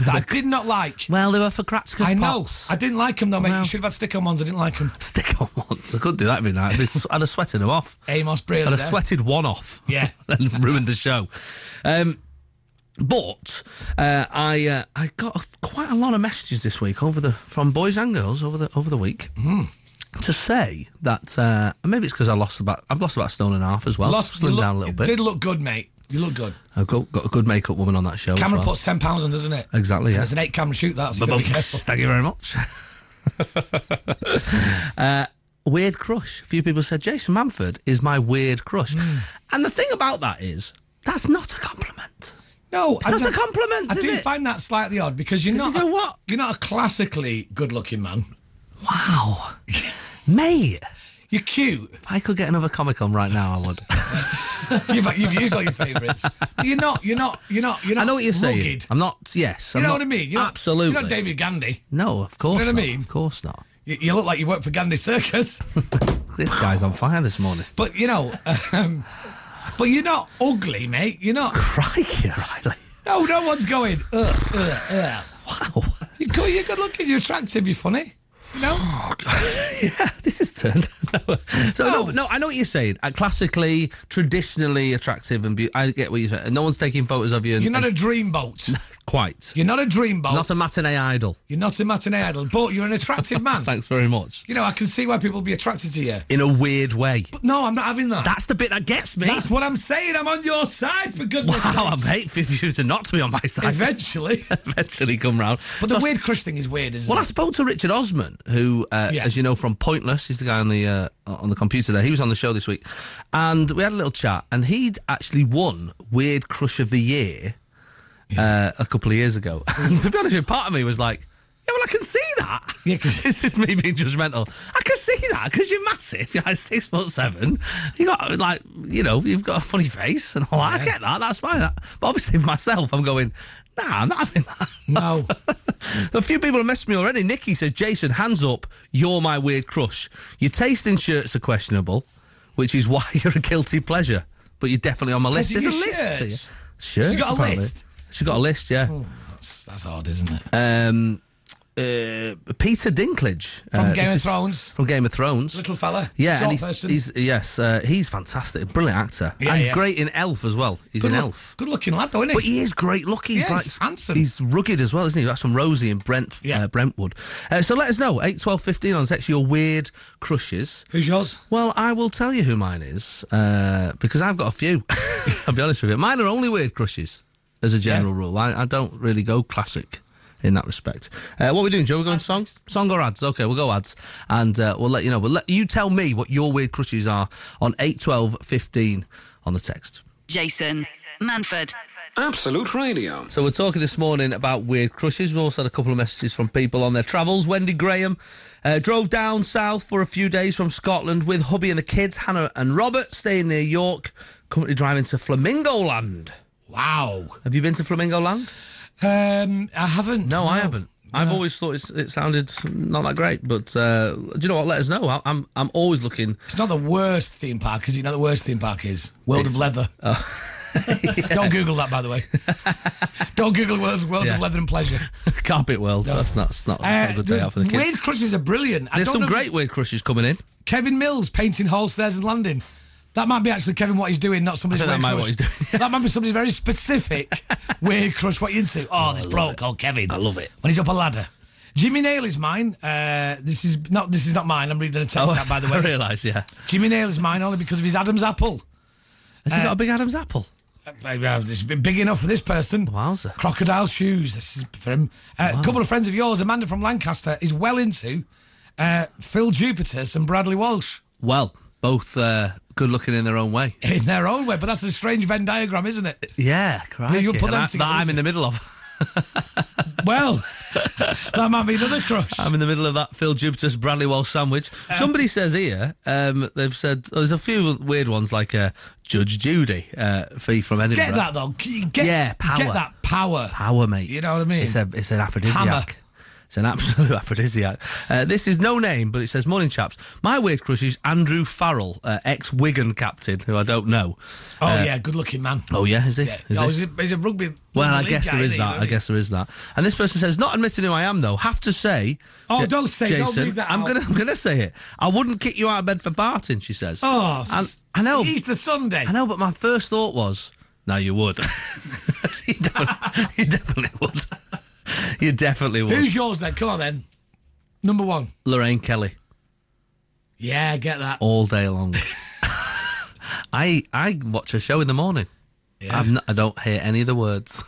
(laughs)
that I did not like.
well, they were for Kratzka's
I know.
pots.
I didn't like them though, mate.
Well.
You should have had stick on ones. I didn't like them.
Stick on (laughs) once. I could do that every night. I'd, be, I'd have sweated them off.
Amos Brayley.
I'd have
there.
sweated one off. (laughs)
Yeah.
and ruined the show. Um, but uh, I uh, I got quite a lot of messages this week over the from boys and girls over the over the week
Hmm.
to say that uh, maybe it's because I lost about I've lost about a stone and a half as well.
Lost, you
slimmed
look-
down a little
you
bit.
Did look good, mate. You look good.
I've got, got a good makeup woman on that show. as
Camera
well.
puts ten pounds on, doesn't it?
Exactly,
And
yeah.
It's an eight camera shoot. That's. So you gotta be
(laughs)
careful.
Thank you very much. Uh, weird crush. A few people said Jason Manford is my weird crush,
Hmm.
and the thing about that is that's not a compliment.
No,
It's not a compliment,
I
is
do
it?
find that slightly odd because you're not
you
a,
know what?
you're not a classically good-looking man.
Wow, (laughs) mate.
You're cute.
If I could get another Comic Con right now, I would.
You've, you've used all your favourites. You're not. You're not. You're not. You're not.
I know what you're
rugged.
saying. I'm not. Yes,
You
I'm
know
not-
what I mean? You're not-
absolutely.
You're not David Gandhi.
no, of course.
You know what
not.
I mean?
Of course not.
You, you look like you work for Gandhi Circus.
This guy's on fire this morning. (laughs)
But you know, um, but you're not ugly, mate. You're not.
Crikey, Riley.
No, no one's going. uh, Ugh, ugh, ugh.
Wow.
You're good. You're good looking. You're attractive. You're funny. You know.
(laughs) yeah, this is turned. (laughs) no. So no.
No.
no, I know what you're saying. Uh, classically, traditionally attractive and beautiful. I get what you're saying. No one's taking photos of you. And,
You're not a Oh.
and- (laughs)
dreamboat.
quite.
You're not a dreamboat.
not a matinee idol.
you're not a matinee idol. But you're an
(laughs)
attractive man.
Thanks very much.
you know, I can see why people be attracted to you.
In a weird way.
No, I'm not having that.
That's the bit that gets me.
That's what I'm saying. I'm on your side for goodness'
wow, I'm
sakes.
hateful for you to not be on my side. (laughs)
Eventually.
Eventually come round.
But the weird crush thing is weird, isn't
Well, I
it?
spoke to Richard Osman, who, uh,
Yeah.
as you know from Pointless, he's the guy on the uh, on the computer there. He was on the show this week, and we had a little chat. And he'd actually won Weird Crush of the Year uh, a couple of years ago. (laughs) And to be honest, with you, part of me was like, "Yeah, well, I can see that.
(laughs) Yeah,
(laughs)
'cause-
this is me being judgmental. I can see that because you're massive. You're like six foot seven. You got like, you know, you've got a funny face, and all that. I get that. That's fine. But obviously, (laughs) myself, I'm going." Nah, I'm not having that.
No.
(laughs) A few people have messaged me already. Nikki says, Jason, hands up, you're my weird crush. Your taste in shirts are questionable, which is why (laughs) you're a guilty pleasure. But you're definitely on my list.
Is it
There's a
your
list. here.
shirts?
Shirts,
She's got a
apparently.
list? Hmm.
She's got a Uh, list, yeah.
That's, that's odd, isn't it?
Um, uh, Peter Dinklage
From
uh,
Game
this
of
is-
Thrones.
From Game of Thrones,
Little fella.
Yeah,
Short
and he's,
person.
he's yes, uh, he's fantastic, brilliant actor,
Yeah,
and
yeah.
great in Elf as well. He's
good
an
look-
elf,
Good looking lad, though, isn't he?
but he is great. Look, he's
Yeah,
like
he's handsome.
He's rugged as well, isn't he? That's from Rosie and Brent
Yeah.
uh, Brentwood. Uh, so let us know eight twelve fifteen on sex your weird crushes.
Who's yours?
Well, I will tell you who mine is uh, because I've got a few. (laughs) I'll be honest with you. Mine are only weird crushes as a general rule. I, I don't really go classic in that respect. Uh, what are we doing, Joe? We're going song? Song or ads? Okay, we'll go ads and uh, we'll let you know. But let you tell me what your weird crushes are on 8 12 15 on the text.
Jason Manford.
Absolute Radio.
So we're talking this morning about weird crushes. We've also had a couple of messages from people on their travels. Wendy Graham uh, drove down south for a few days from Scotland with hubby and the kids, Hannah and Robert, staying near York. Currently driving to Flamingoland.
Wow.
Have you been to Flamingoland?
Um, I haven't.
No, I haven't. I've always thought it's, it sounded not that great, but uh, do you know what? Let us know. I, I'm I'm always looking.
It's not the worst theme park, is it? You know the worst theme park is World of Leather.
Oh.
(laughs) Don't Google that, by the way.
(laughs)
Don't Google World, World
Yeah.
of Leather and Pleasure.
(laughs) Carpet World. That's not that's not, that's not a good day
Uh, the
out for the kids.
Weird crushes are brilliant. I
There's
don't
some
know if-
great weird crushes coming in.
Kevin Mills painting whole stairs and landing. That might be actually Kevin what he's doing, not somebody's
I think that might
weird crush.
what he's doing, yes.
That might be somebody's very specific
(laughs)
weird crush. What you into? Oh, this bloke called Kevin. I love it. When he's up a ladder. Jimmy Nail is mine. Uh, this is not. This is not mine. I'm reading a
Oh.
text
(laughs)
out, by the
I
way.
realise. Yeah,
Jimmy Nail is mine only because of his Adam's apple.
has he got a big Adam's apple?
Uh, well, This has been big enough for this person.
Wowza.
Crocodile shoes. This is for him. Uh, A couple of friends of yours, Amanda from Lancaster, is well into uh, Phil Jupiter and Bradley Walsh
Well, both uh, good looking in their own way.
in their own way. But that's a strange Venn diagram, isn't
(laughs)
it?
Yeah, crikey.
you'll put
And
them
that,
together,
that I'm
wouldn't
in the middle
(laughs)
of.
Well, (laughs) that might be another crush.
I'm in the middle of that Phil Jupiter's Bradley Walsh sandwich.
Um,
Somebody says here, um, they've said oh, there's a few weird ones like uh, Judge Judy uh, fee from Edinburgh.
Get that though. G- Get,
Yeah, power.
Get that power.
power, mate.
You know what I mean?
It's a it's an aphrodisiac.
Hammer.
It's an absolute (laughs) aphrodisiac. Uh, this is no name, but it says, Morning, chaps. My weird crush is Andrew Farrell, uh, ex Wigan captain, who I don't know.
oh yeah, good looking man.
uh, Oh, yeah, is he?
yeah.
Is
oh,
he?
he's, a, he's a rugby.
Well, I
rugby league
guess
guy,
there is
isn't he?
that. I guess there is that. And this person says, not admitting who I am though. Have to say.
Oh,
Ja-
don't say- don't read that
I'm
out.
gonna, (laughs) I'm gonna say it. I wouldn't kick you out of bed for parting. She says.
Oh,
And- I know.
Easter Sunday.
I know, but my first thought was, no, you would. (laughs) you, definitely, you definitely would. (laughs) you definitely would.
Who's yours then? Come on then. Number one.
Lorraine Kelly
Yeah, get that.
all day long. (laughs) I I watch her show in the morning. I'm not, I don't hear any of the words.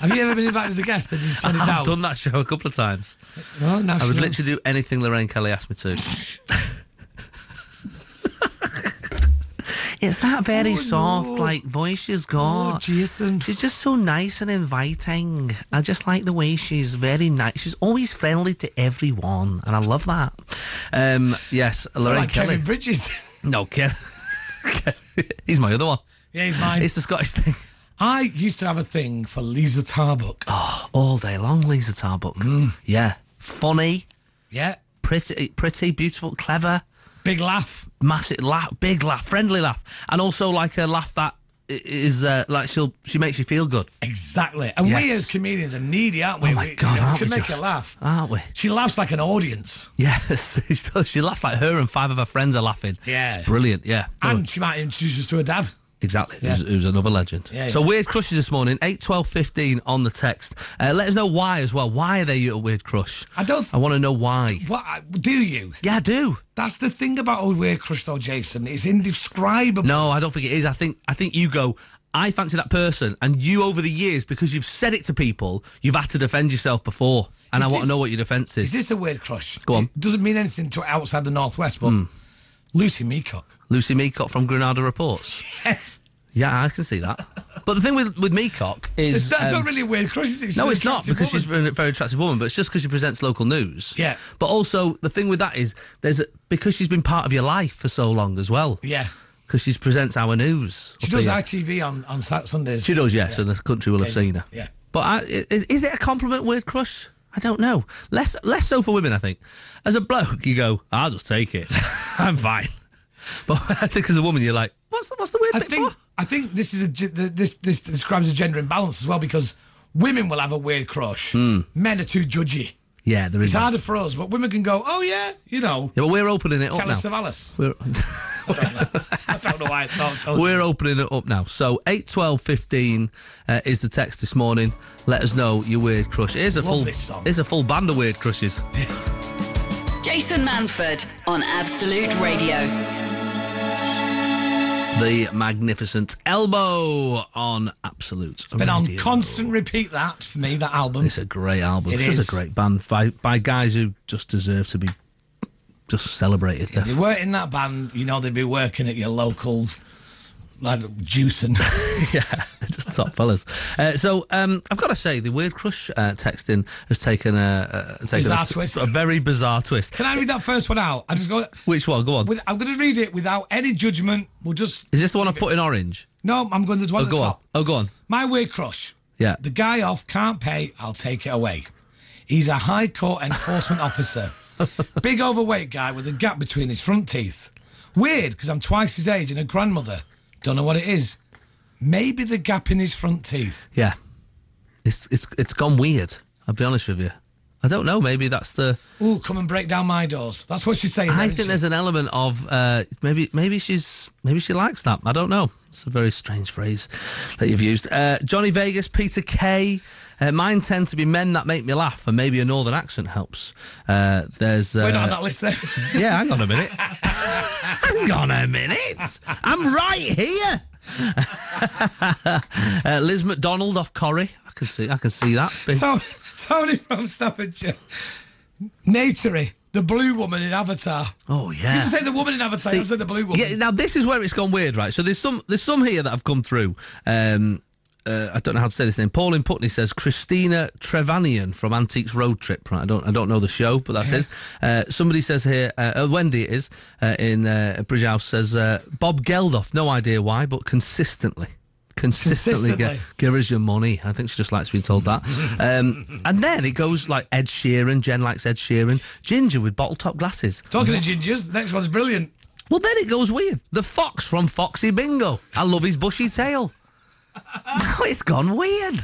Have you ever been invited as a guest and you turned it down?
I've done that show a couple of times.
Well, now
I would
she knows.
literally do anything Lorraine Kelly asked me to. (laughs) it's that very soft, like voice she's got.
Oh, Jason.
She's just so nice and inviting. I just like the way she's very nice. She's always friendly to everyone, and I love that. Um, yes, Lorraine
like
Kelly.
Kevin Bridges. (laughs)
no, Kevin. (laughs) He's my other one.
yeah, he's mine.
It's the Scottish thing.
I used to have a thing for Lisa Tarbuck.
Oh. All day long, Lisa Tarbuck. Yeah, funny,
Yeah,
pretty, pretty, beautiful, clever.
big laugh.
massive laugh, big laugh, friendly laugh, and also like a laugh that i- is uh, like she'll she makes you feel good.
Exactly. And we
Yes.
as comedians are needy, aren't we?
Oh my
we,
god,
you know, we
aren't
can
we
make
just,
her laugh.
aren't we? (laughs)
She laughs like an audience,
Yes, she does. she laughs like her and five of her friends are laughing.
Yeah.
it's brilliant. Yeah,
and she might introduce us to her dad.
exactly. Who's, who's another legend?
Yeah,
So
yeah.
weird crushes this morning, eight, twelve, fifteen on the text. Uh, let us know why as well. Why are they your weird crush?
I don't th-
I want to know why.
What I- do you?
Yeah, I do.
That's the thing about old weird crush, though, Jason. It's indescribable.
No, I don't think it is. I think I think you go. I fancy that person, and you over the years because you've said it to people, you've had to defend yourself before, and
Is
I want
this-
to know what your defence
Is this a weird crush?
Go on. Hmm.
It doesn't mean anything to outside the northwest, but Lucy Meacock.
Lucy Meacock from Granada Reports.
Yes.
Yeah, I can see that. But the thing with with Meacock is
(laughs) That's
um,
not really a weird crush, is it? She's
no,
an
it's not
attractive
because
woman.
she's a very attractive woman, but it's just because she presents local news.
Yeah.
But also the thing with that is there's a, because she's been part of your life for so long as well.
Yeah.
Because she presents our news.
She
up
does
here.
ITV on, on Sat- Sundays.
She does, yes, and the country will have
yeah,
seen her.
yeah.
But uh, I, is, is it a compliment, weird crush? I don't know. Less less so for women, I think. As a bloke, you go, I'll just take it. (laughs) I'm fine. But (laughs) I think as a woman, you're like, what's the, what's the weird
I
bit
think
for?
I think this is a ge- th- this this
Hmm.
describes a gender imbalance as well because women will have a weird crush. Men are too judgy.
Yeah, there is.
It's
that.
harder for us, but women can go, oh, yeah, you know,
Hmm. Yeah, but we're opening it up
tell us
now.
of Alice.
We're,
(laughs)
(laughs)
I don't know why it's not tell us.
we're opening it up now. So eight twelve fifteen uh, is the text this morning. Let us know your weird crush. Here's a
Love
full.
this song.
Here's a full band of weird crushes.
Jason Manford on Absolute Radio.
the magnificent elbow on Absolute. It's
Been on constant repeat that for me, that album.
It's a great album.
It
this is.
is.
a great band by, by guys who just deserve to be just celebrated.
If
They're (laughs)
they weren't in that band, you know, they'd be working at your local like (laughs) juicing.
just top fellas. Uh, so um, I've got to say, the Weird Crush uh, texting has taken a, a, taken
Bizarre
a,
twist.
a very bizarre twist.
Can I read that first one out? I just go.
Which one? Go on.
With, I'm going to read it without any judgment. We'll just
is this the one I put in orange?
no. I'm going to do one
Oh,
at the
go on.
top.
Oh, go on.
My weird crush.
Yeah.
The guy off can't pay. I'll take it away. He's a high court
(laughs)
enforcement officer. Big overweight guy with a gap between his front teeth. Weird because I'm twice his age and a grandmother. Don't know what it is. Maybe the gap in his front teeth.
Yeah. It's it's it's gone weird. I'll be honest with you. I don't know. Maybe that's the.
Ooh, come and break down my doors. That's what she's saying. there,
I
isn't
think
she?
there's an element of uh, maybe maybe she's maybe she likes that. I don't know. It's a very strange phrase that you've used. Uh, Johnny Vegas, Peter Kay. Uh, mine tend to be men that make me laugh, and maybe a northern accent helps. Uh, there's uh,
We're not on that list there.
yeah. Hang on a minute. hang on a minute. I'm right here. (laughs) uh, Liz McDonald off Corrie. I can see. I can see that.
(laughs) So, Tony from Staffordshire. Nateri, the blue woman in Avatar.
oh yeah.
You say the woman in Avatar, you
See-
say the blue woman.
Yeah, now this is where it's gone weird, right? So there's some there's some here that have come through. Um, uh, I don't know how to say this name. Paul in Putney says Christina Trevanian from Antiques Road Trip. Right, I don't I don't know the show, but that's his. Uh, somebody says here, uh, uh, Wendy it is uh, in uh, Bridge House says uh, Bob Geldof. No idea why, but consistently. Consistently,
Consistently.
Get, give us your money. I think she just likes being told that. Um, and then it goes like Ed Sheeran. Jen likes Ed Sheeran. Ginger with bottle top glasses.
Talking to gingers, the next one's brilliant. (laughs)
Well, then it goes weird. The fox from Foxy Bingo. I love his bushy tail. Now it's gone weird.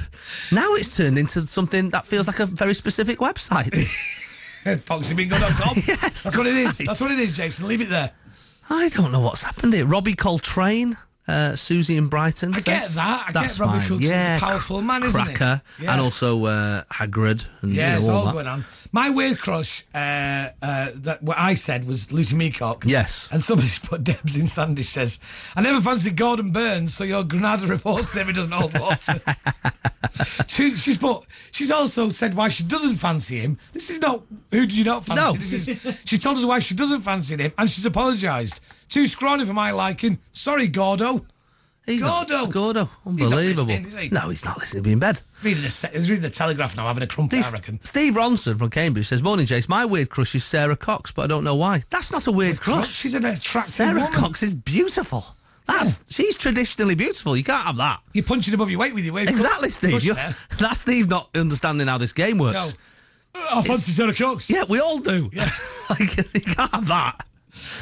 Now it's turned into something that feels like a very specific
(laughs)
website.
FoxyBingo.com.
(laughs) Yes,
That's what it is.
right.
That's what it is, Jason. Leave it there.
I don't know what's happened here. Robbie Coltrane, uh, Susie in Brighton.
I get
says,
that. I get
That's
Robbie
fine.
Coltrane's a
yeah,
powerful man, isn't he?
cracker,
Yeah.
and also uh, Hagrid, and you
Yeah,
know,
it's
all
all
that.
going on. My weird crush, uh, uh, that what I said was Lucy Meacock.
Yes.
And somebody (laughs) put Debs in Standish says, I never fancied Gordon Burns, so your Granada reports never doesn't hold water. (laughs) she, she's put, she's also said why she doesn't fancy him. This is not who do you not fancy.
No.
This is, she's told us why she doesn't fancy him, and she's apologised. Too scrawny for my liking. Sorry, Gordo.
He's not-
Gordo.
Gordo,
He's not
unbelievable.
listening, is he?
No, he's not listening. He'll be in bed.
Reading the, he's reading the Telegraph now, having a crumpet, I reckon.
Steve Ronson from Cambridge says, "Morning, Jace. My weird crush is Sarah Cox, but I don't know why. That's not a weird crush.
She's an attractive
Sarah
woman.
Cox is beautiful. That's she's traditionally beautiful. You can't have that.
You're punching above your weight with your weight.
Exactly, Steve.
Push
You're-
there.
(laughs) That's Steve not understanding how this game works.
No. Oh, I fancy Sarah Cox.
Yeah, we all do. (laughs) like, you can't have that.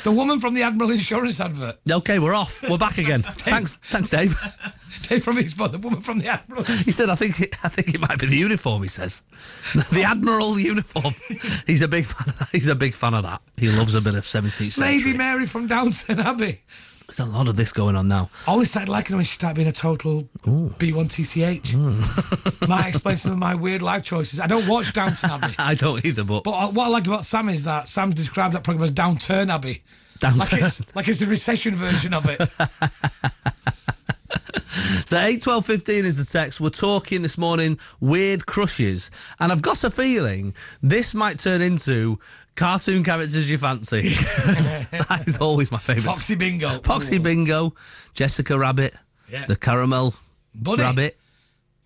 The woman from the Admiral Insurance advert.
Okay, we're off. We're back
(laughs)
again. thanks, thanks, Dave. (laughs)
Dave from Eastbourne, the woman from the Admiral.
He said, "I think it, I think it might be the uniform." He says, (laughs) "The admiral uniform." (laughs) He's a big fan. He's a big fan of that. He loves a bit of 17th century.
Lady Mary from Downton Abbey.
There's a lot of this going on now.
I only started liking her when she started being a total B1TCH.
Hmm.
(laughs) Might explain some of my weird life choices. I don't watch Downton
(laughs)
Abbey.
I don't either, but,
But uh, what I like about Sam is that Sam described that program as Downturn Abbey.
Downturn.
Like it's, like it's a recession
(laughs)
version of it.
so eight twelve fifteen is the text. We're talking this morning weird crushes, and I've got a feeling this might turn into cartoon characters you fancy. (laughs) that is always my favourite.
Foxy Bingo.
Foxy Bingo, Jessica Rabbit,
Yeah.
the caramel
Bunny.
rabbit.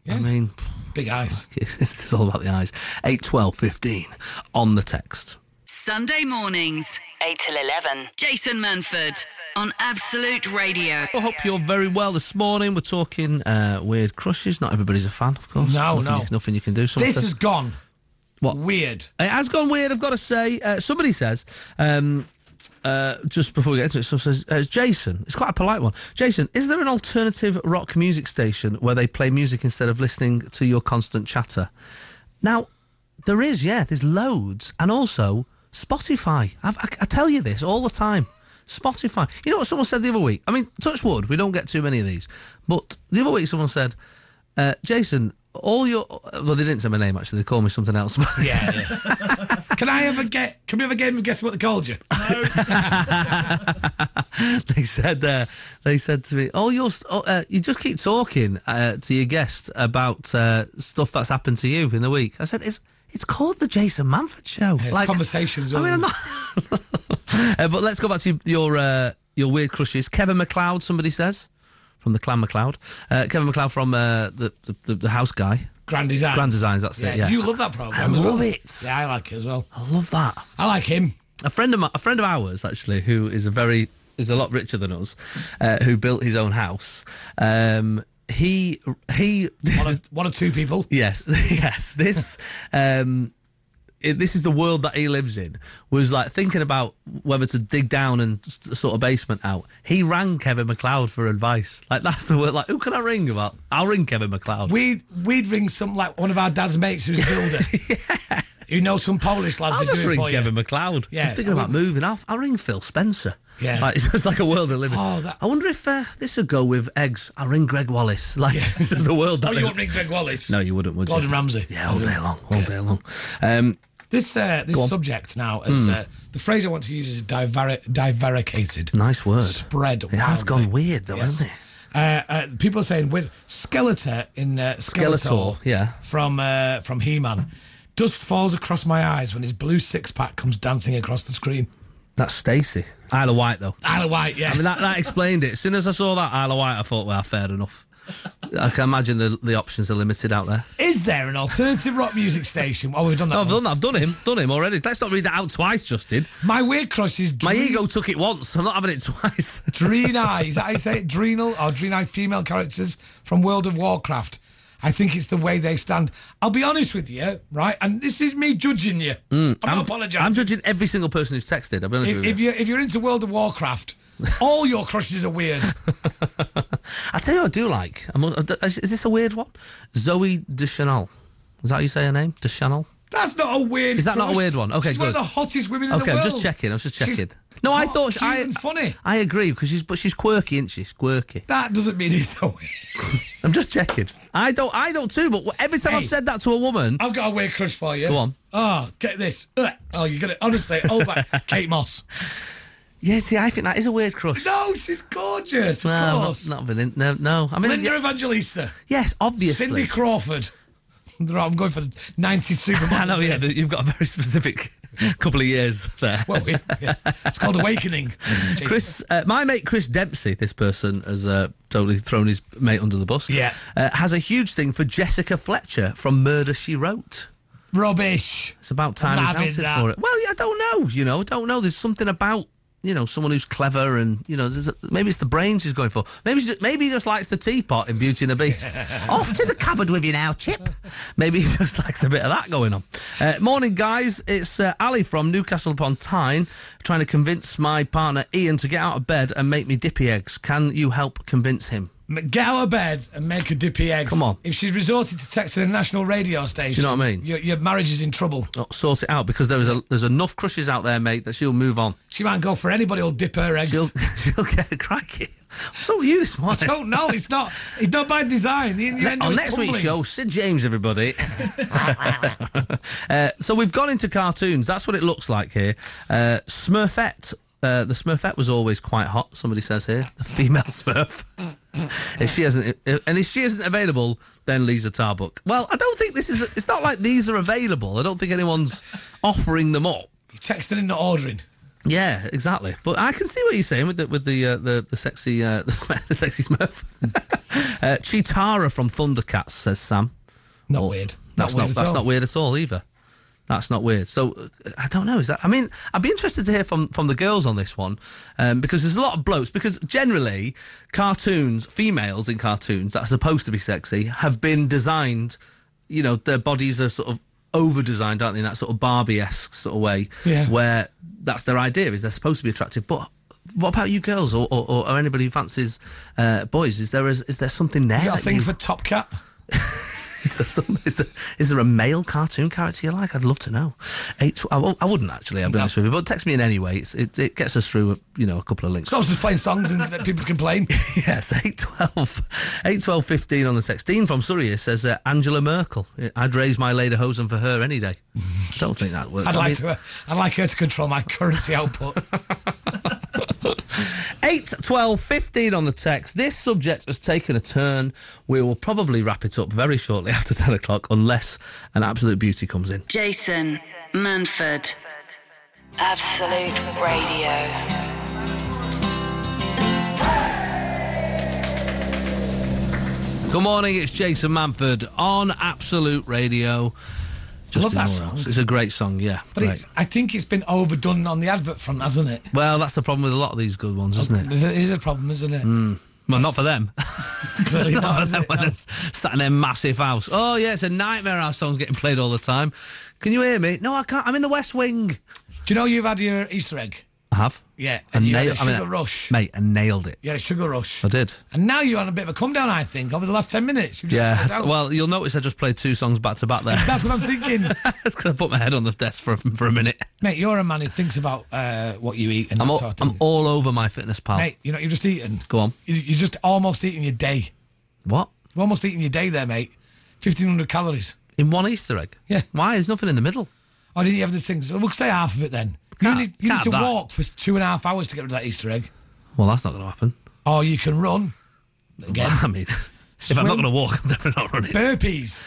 I mean, (laughs)
Big eyes.
it's, it's all about the eyes. Eight twelve fifteen on the text.
Sunday mornings, 8 till 11. Jason Manford on Absolute Radio.
I hope you're very well this morning. We're talking uh, weird crushes. Not everybody's a fan, of course.
No,
nothing
no.
You, nothing you can do. Someone
This
says-
has gone
What?
weird.
It has gone weird, I've got to say. Uh, somebody says, um, uh, just before we get into it, someone says, uh, Jason, it's quite a polite one. Jason, is there an alternative rock music station where they play music instead of listening to your constant chatter? Now, There is, yeah. There's loads, and also Spotify. I've, I, I tell you this all the time. Spotify. You know what someone said the other week? I mean, touch wood. We don't get too many of these, but the other week someone said, uh, "Jason, all your well, they didn't say my name actually. They called me something else." (laughs)
Yeah. can I ever get? Can we have a game of guess what they called
(laughs)
you?
they said uh, they said to me, "Oh, you're oh, uh, you just keep talking uh, to your guest about uh, stuff that's happened to you in the week." I said, "It's it's called the Jason Manford Show."
it's conversations,
I mean, I'm
all
not. (laughs) uh, but let's go back to your uh, your weird crushes. Kevin McLeod, somebody says from the Clan McLeod. Uh, Kevin McLeod from uh, the, the- the the house guy.
Grand Design.
Grand Designs, that's it, yeah.
You love that program.
I love it.
Yeah, I like it as well.
I love that.
I like him.
a friend of my, a friend of ours actually who is a very is a lot richer than us uh, who built his own house um he he (laughs)
One of, one of two people.
yes (laughs) yes this um it, this is the world that he lives in was like thinking about whether to dig down and s sort of basement out he rang kevin mcleod for advice like that's the word like who can i ring about i'll ring kevin mcleod
We'd we'd ring some like one of our dad's mates who's a
(laughs)
builder. You know some Polish lads
I'll
who
just
do it
ring
for
Kevin
you.
McLeod.
Yeah,
I'm thinking
I
about moving. I'll, I'll ring Phil Spencer.
Yeah.
Like, (laughs) it's just like a world of living.
Oh, that-
I wonder if uh, this would go with eggs. I'll ring Greg Wallace. (laughs) Like, this is the world that
Oh,
they-
you won't ring Greg Wallace?
No, you wouldn't, would
Gordon
you?
Ramsay.
Yeah, all day long. All day long. Um,
This uh, this subject now
Hmm.
is uh, the phrase I want to use is divari- divaricated.
nice word.
Spread.
It has
wildly.
gone weird, though, hasn't it?
Uh, uh, people are saying with Skeletor in uh, Skeletor,
Skeletor, yeah.
from uh, from He-Man. Dust falls across my eyes when his blue six-pack comes dancing across the screen.
That's Stacey. Isle of Wight, though.
Isle of Wight, yes.
I mean, that, that explained it. As soon as I saw that Isle of Wight, I thought, well, fair enough. I can imagine the, the options are limited out there.
Is there an alternative rock music station? Oh, we've done that.
No, I've
one.
done that. I've done him. Done him already. Let's not read that out twice, Justin.
My weird crush is
My
Dreen- (laughs)
ego took it once. I'm not having it (laughs) twice.
Dreen Eye. Is that how you say it? Dreenal or Dreen Eye female characters from World of Warcraft. I think it's the way they stand. I'll be honest with you, right? And this is me judging you. I'm, not apologising.
Mm, I'm judging every single person who's texted. I'll be honest
if,
with
if
you.
you're if you're into World
(laughs)
of Warcraft, all your crushes are weird.
I tell you, what I do like. I'm, is is this a weird one? Zoe Deschanel. Is that how you say her name? Deschanel.
That's not a weird.
Is that not a
crush.
weird one? Okay,
she's one of
good.
the hottest women in the
Okay,
world.
I'm just checking. I was just checking.
She's
no, I
hot,
thought
cute
I.
and funny.
I agree because she's but she's quirky, isn't she? She's quirky.
that doesn't mean it's a weird.
I'm just checking. I don't. I don't too. But every time
Hey.
I've said that to a woman,
I've got a weird crush for you.
Go on.
Oh, get this. Ugh. Oh, you got it. Honestly, oh my,
(laughs)
Kate Moss.
yeah. See, I think that is a weird crush.
No, she's gorgeous.
no,
Of
not,
course.
not really. No, no. I mean,
Linda
yeah,
Evangelista,
yes, obviously.
Cindy Crawford. (laughs) They're all- I'm going for the 90s (laughs) supermodels.
(laughs) I know. Yeah,
here.
you've got a very (laughs) specific couple of years there.
Well, we- yeah. it's called
(laughs)
Awakening. Jason.
Chris, uh, my mate Chris Dempsey, this person has uh, totally thrown his mate under the bus.
Yeah.
uh, has a huge thing for Jessica Fletcher from Murder She Wrote.
Rubbish.
It's about time
I'm
he's outed
having that.
for it. Well, yeah, I don't know. You know, I don't know. There's something about you know someone who's clever and you know there's a, maybe it's the brains he's going for. Maybe he's, maybe he just likes the teapot in Beauty and the
(laughs)
Beast. Off to the cupboard with you now, Chip. Maybe he just likes a bit of that going on. Uh, morning, guys. It's uh, Ali from Newcastle upon Tyne trying to convince my partner Ian to get out of bed and make me dippy eggs. Can you help convince him?
M- Get out of bed and make a dippy eggs.
Come on.
If she's resorted to texting a national radio station,
Do you know what I mean?
Your, your marriage is in trouble.
Oh, Sort it out because there is a there's enough crushes out there, mate, that she'll move on.
She might go for anybody who'll dip her
(laughs)
eggs. (laughs)
She'll she'll get crikey. What's up with you this morning?
Don't know. It's not. It's not by design. The innuendo
on
is
next week's
tumbling.
show, Sid James, everybody. uh, so we've gone into cartoons. That's what it looks like here. Uh, Smurfette. Uh, the Smurfette was always quite hot. Somebody says here, the female Smurf. (laughs) if she isn't, if, and if she isn't available, then Lisa Tarbuck. Well, I don't think this is. It's not like these are available. I don't think anyone's offering them up.
You're texting and not ordering.
Yeah, exactly. But I can see what you're saying with the with the uh, the, the sexy uh, (laughs) the, sm- the sexy Smurf. (laughs) uh, Chitara from Thundercats says Sam.
Not
Or-
weird.
Oh, That's not,
not weird at
that's
all.
not weird at all either. That's not weird. So uh, I don't know. Is that? I mean, I'd be interested to hear from from the girls on this one um, because there's a lot of blokes. Because generally, cartoons, females in cartoons that are supposed to be sexy have been designed. You know, their bodies are sort of over designed, aren't they? In that sort of Barbie esque sort of way,
Yeah.
where that's their idea is they're supposed to be attractive, but. What about you girls, or, or, or anybody who fancies uh, boys? Is there is, is there something there?
You got a
that
thing
you-
for Top Cat?
(laughs) Is there, some, is, there, is there a male cartoon character you like? I'd love to know. Eight, tw- I, won't- I wouldn't actually. I'll be honest with you, but text me in anyway. It's, it, it gets us through, a, you know, a couple of links. (laughs)
Stops us playing songs and that people complain.
Yes, 812, 812 15 on the text. Dean from Surrey here says uh, Angela Merkel. I'd raise my lederhosen for her any day. I don't think that works.
(laughs) I'd
I
like
mean,
to. uh, I'd like her to control my currency output.
8, 12, 15 on the text. This subject has taken a turn. We will probably wrap it up very shortly (laughs) after 10 o'clock, unless an absolute beauty comes in.
Jason Manford. Absolute Radio.
Good morning, it's Jason Manford on Absolute Radio. Just
Love that song.
It's a great song, yeah.
But
great.
it's, I think it's been overdone on the advert front, hasn't it?
Well, that's the problem with a lot of these good ones, isn't it? Hmm.
There's a- It is a problem, isn't it?
Well, not for
(laughs)
them. (laughs)
Clearly not, is it?
when they're sat in their massive house. Oh yeah, it's a nightmare. Our song's getting played all the time. Can you hear me? No, I can't. I'm in the West Wing.
Do you know you've had your Easter egg?
I have.
Yeah,
I
and you had a
nailed- I mean,
sugar rush.
mate. I nailed it.
You had a sugar rush.
I did.
And now you're on a bit of a come down, I think, over the last 10 minutes. You've just (laughs) slowed
Yeah.
down.
Well, you'll notice I just played two songs back to back there.
That's what I'm thinking.
(laughs) That's because I put my head on the desk for a- for a minute.
Mate, you're a man who thinks about uh, what you eat and
I'm
that
all,
sort of
I'm
thing.
all over my fitness pal.
Mate, you know, you're just eating.
Go on.
You- You're just almost eating your day.
What?
You're almost eating your day there, mate. 1,500 calories.
In one Easter egg?
Yeah.
Why? There's nothing in the middle.
Oh, didn't you have the things? We'll say half of it then. You
Can't-
need, you need
can't
to
have that.
walk for two and a half hours to get rid of that Easter egg.
Well, that's not going to happen.
Or you can run. Again.
(laughs) I mean, if I'm not going
Swim.
to walk, (laughs) I'm definitely not running.
Burpees.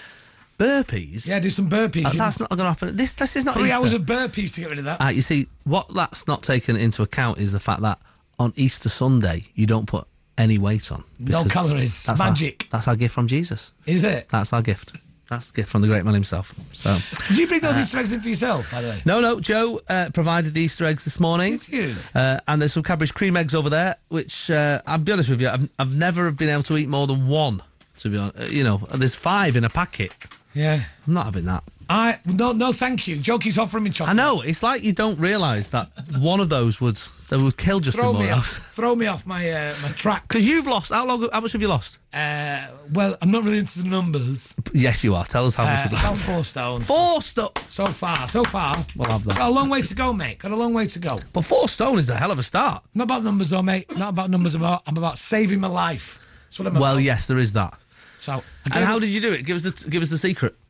burpees.
Yeah, do some burpees.
That-
You-
that's not going to happen. This this is not
Three
Easter.
hours of burpees to get rid of that.
Uh, you see, what that's not taken into account is the fact that on Easter Sunday, you don't put any weight on.
No
because
calories.
that's
Magic.
Our, that's our gift from Jesus.
Is it?
That's our gift. That's the gift from the great man himself. So,
Did you bring those
uh,
Easter eggs in for yourself, by the way?
no, no, Joe uh, provided the Easter eggs this morning.
Did you?
Uh, and there's some Cadbury's cream eggs over there, which uh, I'll be honest with you, I've, I've never been able to eat more than one. To be honest, Uh, you know, there's five in a packet.
Yeah.
I'm not having that.
I no no thank you. Joe keeps offering me
I
chocolate.
know it's like you don't realise that one of those would that would kill Justin
Throw me
(laughs)
off.
Morehouse.
Throw me off my uh, my track.
Because you've lost. How long? How much have you lost?
Uh, well, I'm not really into the numbers.
Yes, you are. Tell us how much
Uh,
you've
about
lost.
(laughs) four stones.
Four stone.
So far, so far.
We'll have that.
Got a long way to go, mate. Got a long way to go.
But four stone is a hell of a start.
Not about numbers, though, mate. Not about numbers. I'm about, I'm about saving my life. That's what I'm
Well,
about.
yes, there is that.
So, I
And
gave
how
it-
did you do it? Give us the give us the secret. (laughs)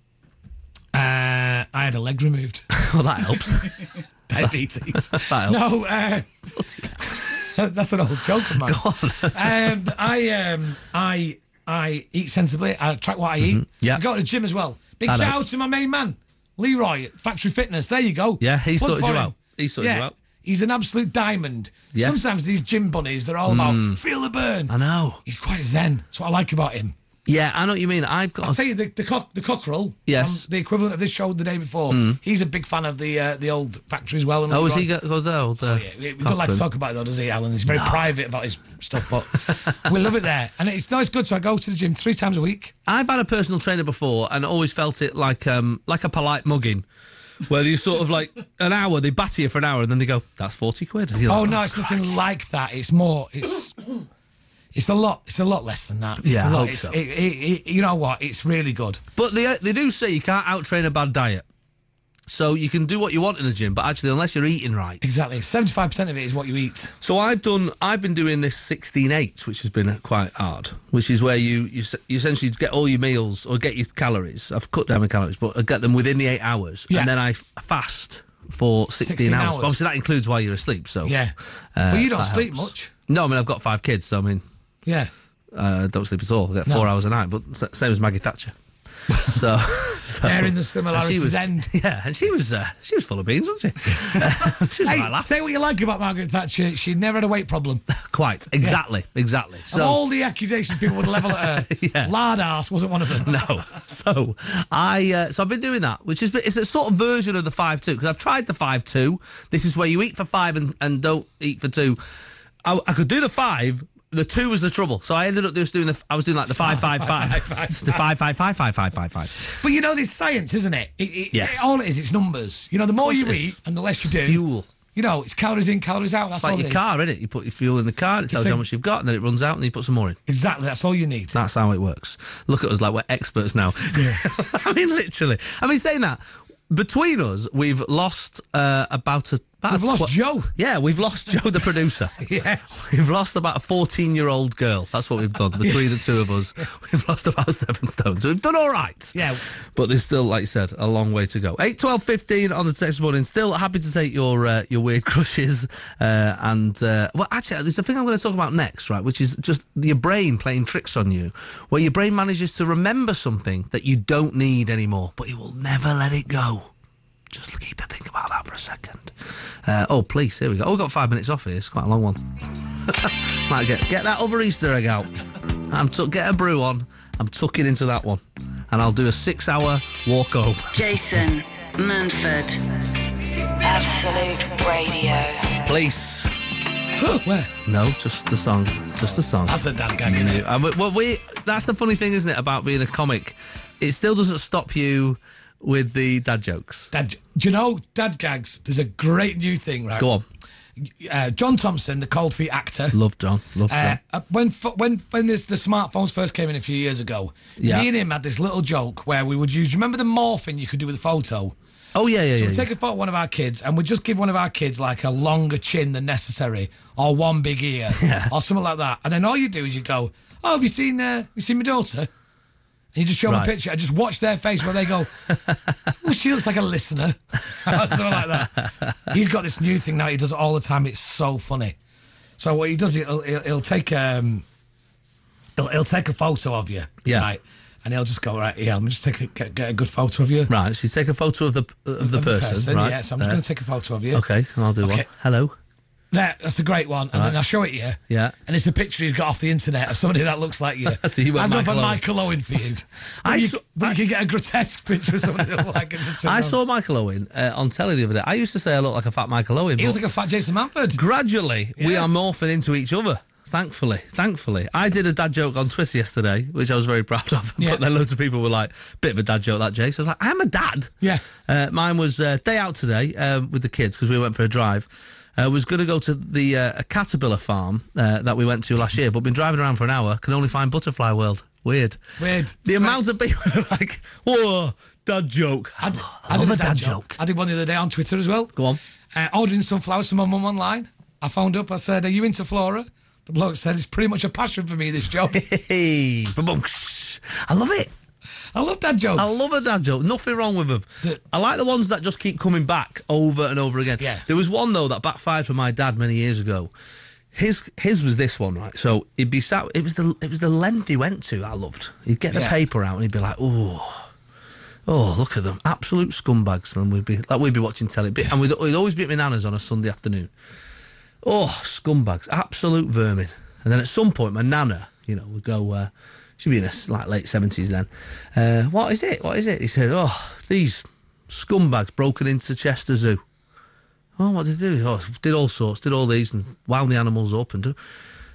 uh, I had a leg removed.
Well, that
(laughs)
helps.
Diabetes.
helps.
(laughs) no, uh, (laughs) that's an old joke of mine. (laughs) um, I um, I I eat sensibly. I track what I eat.
Mm-hmm. Yeah.
I go to the gym as well. Big
I know.
shout out to my main man, Leroy at Factory Fitness. There you go.
Yeah, he
Plug
sorted
for
you
him.
out. He sorted you out.
He's an absolute diamond.
Yes. Mm.
Sometimes these gym bunnies, they're all about feel the burn.
I know.
He's quite zen. That's what I like about him.
Yeah, I know what you mean. I've
I'll
got.
tell you the the, cock, the cockerel.
Yes. Hmm.
um, the equivalent of this show the day before. He's a big fan of the uh, the old factory as well. and
oh, is
Leroy.
he go, goes there? Old, uh,
Yeah, we, we don't like to
Cochran?
talk about it though, does he, Alan? He's very private about his stuff, but we love it there. And it's nice, good. So I go to the gym three times a week.
I've had a personal trainer before and always felt it like um like a polite mugging. Where you sort of like an hour, they batter you for an hour, and then they go, "That's forty quid." And you're
Oh
like,
no, it's nothing like that. It's more. It's it's a lot. It's a lot less than that. It's
Yeah,
a
I
lot.
hope
it's,
so.
it, it, it- you know what? It's really good.
But they they do say you can't out train a bad diet. So you can do what you want in the gym, but actually, unless you're eating right.
Exactly. Seventy five percent of it is what you eat.
So I've done. I've been doing this 16-8, which has been quite hard. Which is where you you, s- you essentially get all your meals or get your calories. I've cut down my calories, but I get them within the eight hours,
Yeah.
and then I f- fast for 16,
16
hours.
hours.
But obviously, that includes while you're asleep. So
Yeah,
uh,
but you don't
that
sleep
helps.
much.
No, I mean I've got five kids, so I mean (laughs)
Yeah.
uh, don't sleep at all. I get
No.
four hours a night, but s- same as Maggie
(laughs)
Thatcher. so, so
They're in the
and she
similarities
was-
end.
(laughs) Yeah, and she was uh, she was full of beans, wasn't
(laughs)
she? (laughs) she was
Hey,
like that.
say what you like about Margaret Thatcher. She never had a
(laughs)
weight problem.
Quite exactly, exactly.
of
So
all the accusations people would level at her,
(laughs) Yeah.
lard ass wasn't one of them.
(laughs) no, so I uh, so I've been doing that, which is it's a sort of version of the five two because I've tried the five two. This is where you eat for five and, and don't eat for two. I, I could do the five. The two was the trouble, so I ended up just doing the. I was doing like the five five five, Just the five five five five five five five.
But you know, there's science, isn't it? it, it
Yes.
it- all it is, it's numbers. You know, the more
course
you
it is.
eat and the less you do.
Fuel.
You know, it's calories in, calories out. That's
It's like
all
your
it is.
car, is it? You put your fuel in the car, it tells you
a-
how much you've got, and then it runs out, and you put some more in.
Exactly. That's all you need.
That's how it works. Look at us like we're experts now. (laughs) I mean, literally. I mean, saying that, between us, we've lost uh, about a. About
We've
a
lost Joe.
Yeah, we've lost Joe, the producer.
Yes.
(laughs) We've lost about a 14 year old girl. That's what we've done between the two of us. (laughs) We've lost about seven stones. We've done all right.
Yeah.
But there's still, like you said, a long way to go. 8, 12, 15 on the text morning. Still happy to take your uh, your weird (laughs) crushes. Uh, and, uh, well, actually, there's a thing I'm going to talk about next, right? Which is just your brain playing tricks on you, where your brain manages to remember something that you don't need anymore, but it will never let it go. Just keep a think about that for a second. Uh, oh, please, here we go. Oh, we've got five minutes off here. It's quite a long one. Might get get that other Easter egg out. I'm tu- get a brew on. I'm tucking into that one, and I'll do a six-hour walk home.
Jason Manford. Absolute Radio.
Police.
Where?
No, just the song. Just the song.
That's a damn gag, innit?
Yeah, and we- well, we, that's the funny thing, isn't it, about being a comic? It still doesn't stop you with the dad jokes.
Dad, do you know dad gags? There's a great new thing, right?
Go on.
Uh, John Thompson, the Cold Feet actor.
Love John. Love
Uh,
John.
uh, when ph- when when this, the smartphones first came in a few years ago,
Yeah.
me and him had this little joke where we would use. Remember the morphing you could do with a photo?
Oh, yeah, yeah,
So
yeah.
we take a photo of one of our kids and we just give one of our kids like a longer chin than necessary or one big
(laughs)
ear or something like that. And then all you do is you go, Oh, have you seen uh, have you seen my daughter? And you just show them
Right.
a picture. I just watch their face where
(laughs)
they go, Oh, she looks like a listener. (laughs) or something like that. He's got this new thing now, he does it all the time. It's so funny. So what he does, he'll, he'll, he'll take um, he'll, he'll take a photo of you,
Yeah.
right? And he'll just go right. Yeah, I'm just take a, get, get a good photo of you,
Right, so you take a photo of the of the,
of
person, right?
Yeah, so I'm just
there.
going to take a photo of you.
Okay, so I'll do
Okay.
one. Hello.
That, that's a great one. And then I'll show it to you.
Yeah.
And it's a picture he's got off the internet of somebody that looks like you.
(laughs) So you went
I'd
Michael
go for
Owen.
Michael Owen for you. But,
(laughs) I
you,
saw-
but you can get a grotesque picture of somebody that looks like it's
(laughs) I
a turn-on.
saw Michael Owen uh, on telly the other day. I used to say I look like a fat Michael Owen.
He was
but
like a fat Jason Manford.
gradually, we
Yeah.
are morphing into each other. Thankfully, thankfully, I did a dad joke on Twitter yesterday, which I was very proud of. (laughs)
Yeah.
But then loads of people were like, "Bit of a dad joke, that Jake." So I was like, "I'm a dad."
Yeah.
Uh, mine was uh, day out today um, with the kids because we went for a drive. I was going to go to the uh, a caterpillar farm uh, that we went to last year, but been driving around for an hour, can only find butterfly world. Weird.
Weird.
The amount of people (laughs) who are like, "Whoa, dad joke." I,
I
love
did
a dad, joke. (laughs)
I did one the other day on Twitter as well.
Go on.
Uh, ordering some flowers from my mum online. I phoned up. I said, Are you into flora? The bloke said, It's pretty much a passion for me,
(laughs)
this job.
Hey, ba-bunks. I love it.
I love that joke.
I love a dad joke. Nothing wrong with them.
The-
I like the ones that just keep coming back over and over again.
Yeah.
There was one though that backfired for my dad many years ago. His his was this one right. So he'd be sat. It was the it was the length he went to. I loved. He'd get the
Yeah.
paper out and he'd be like, oh. Oh, look at them! Absolute scumbags. And we'd be like, we'd be watching telly, Be- and we'd, we'd always be at my nana's on a Sunday afternoon. Oh, scumbags! Absolute vermin. And then at some point, my nana, you know, would go. Uh, she'd be in her s- like late seventies then. Uh, what is it? What is it? He said, "Oh, these scumbags broken into Chester Zoo." Oh, what did they do? Oh, did all sorts. Did all these and wound the animals up and do.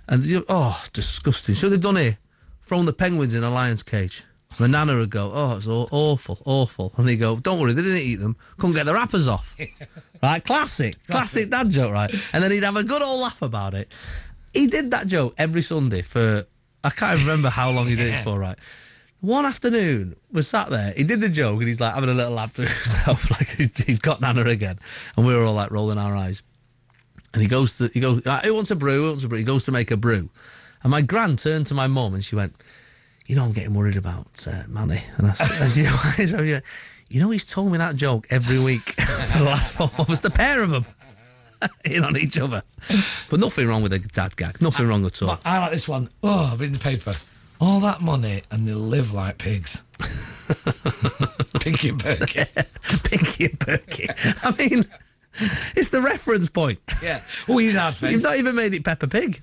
And you, oh, disgusting. So they've done here, thrown the penguins in a lion's cage. My nana would go, oh, it's aw- awful, awful. And they go, don't worry, they didn't eat them. Couldn't get the wrappers off. right, classic, classic dad joke, right? And then he'd have a good old laugh about it. He did that joke every Sunday for, I can't even remember how long he did it for, right? One afternoon, was sat there. He did the joke, and he's like having a little laugh to (laughs) himself, like he's, he's got Nana again. And we were all like rolling our eyes. And he goes to he goes, "Ah, who wants a brew? Who wants a brew? He goes to make a brew. And my gran turned to my mum and she went, you know, I'm getting worried about uh, Manny. And I said, (laughs) you, know, you- you know, he's told me that joke every week (laughs) for the last four months. The pair of them (laughs) in on each other. But nothing wrong with a dad gag. Nothing wrong at all.
But I like this one. Oh, I've been in the paper. All that money and they live
(laughs)
like pigs. Pinky and Perky.
(laughs) Pinky and Perky. I mean, it's the reference point.
Yeah. Oh, he's hard
You've
faced.
not even made it Peppa Pig.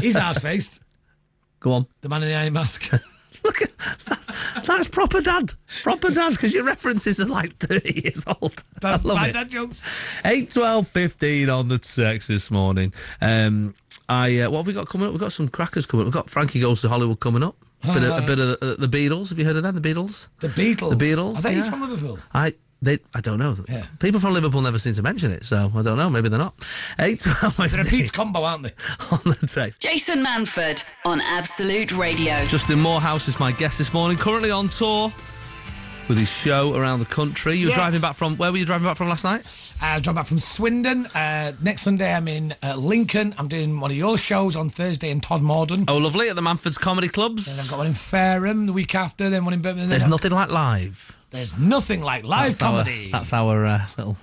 he's hard faced.
Go on.
The man in the
(laughs)
iron mask.
Look at that's proper dad. Proper dad, because your references are like 30 years old. I
That,
love
my
it.
dad jokes.
8, 12, 15 on the text this morning. Um, I uh, What have we got coming up? We've got some crackers coming up. We've got Frankie Goes to Hollywood coming up.
Ah.
A bit of, a bit of uh, the Beatles. Have you heard of them? The Beatles?
The Beatles.
The Beatles.
Are they
yeah.
from Liverpool?
I They, I don't know.
Yeah.
People from Liverpool never seem to mention it, so I don't know. Maybe they're not. 8 12
They're a
15
Pete's combo, aren't they?
on the text.
Jason Manford on Absolute Radio.
Justin Morehouse is my guest this morning, currently on tour with his show around the country. You were
Yeah.
driving back from, where were you driving back from last night?
Uh, I'm back from Swindon. Uh, next Sunday, I'm in uh, Lincoln. I'm doing one of your shows on Thursday in Todd Morden.
Oh, lovely, at the Manford's Comedy
Then I've
Clubs.
got one in Fareham the week after, then one in Birmingham.
There's
Then I've-
nothing like live.
There's nothing like live
our-
comedy.
that's our uh, little.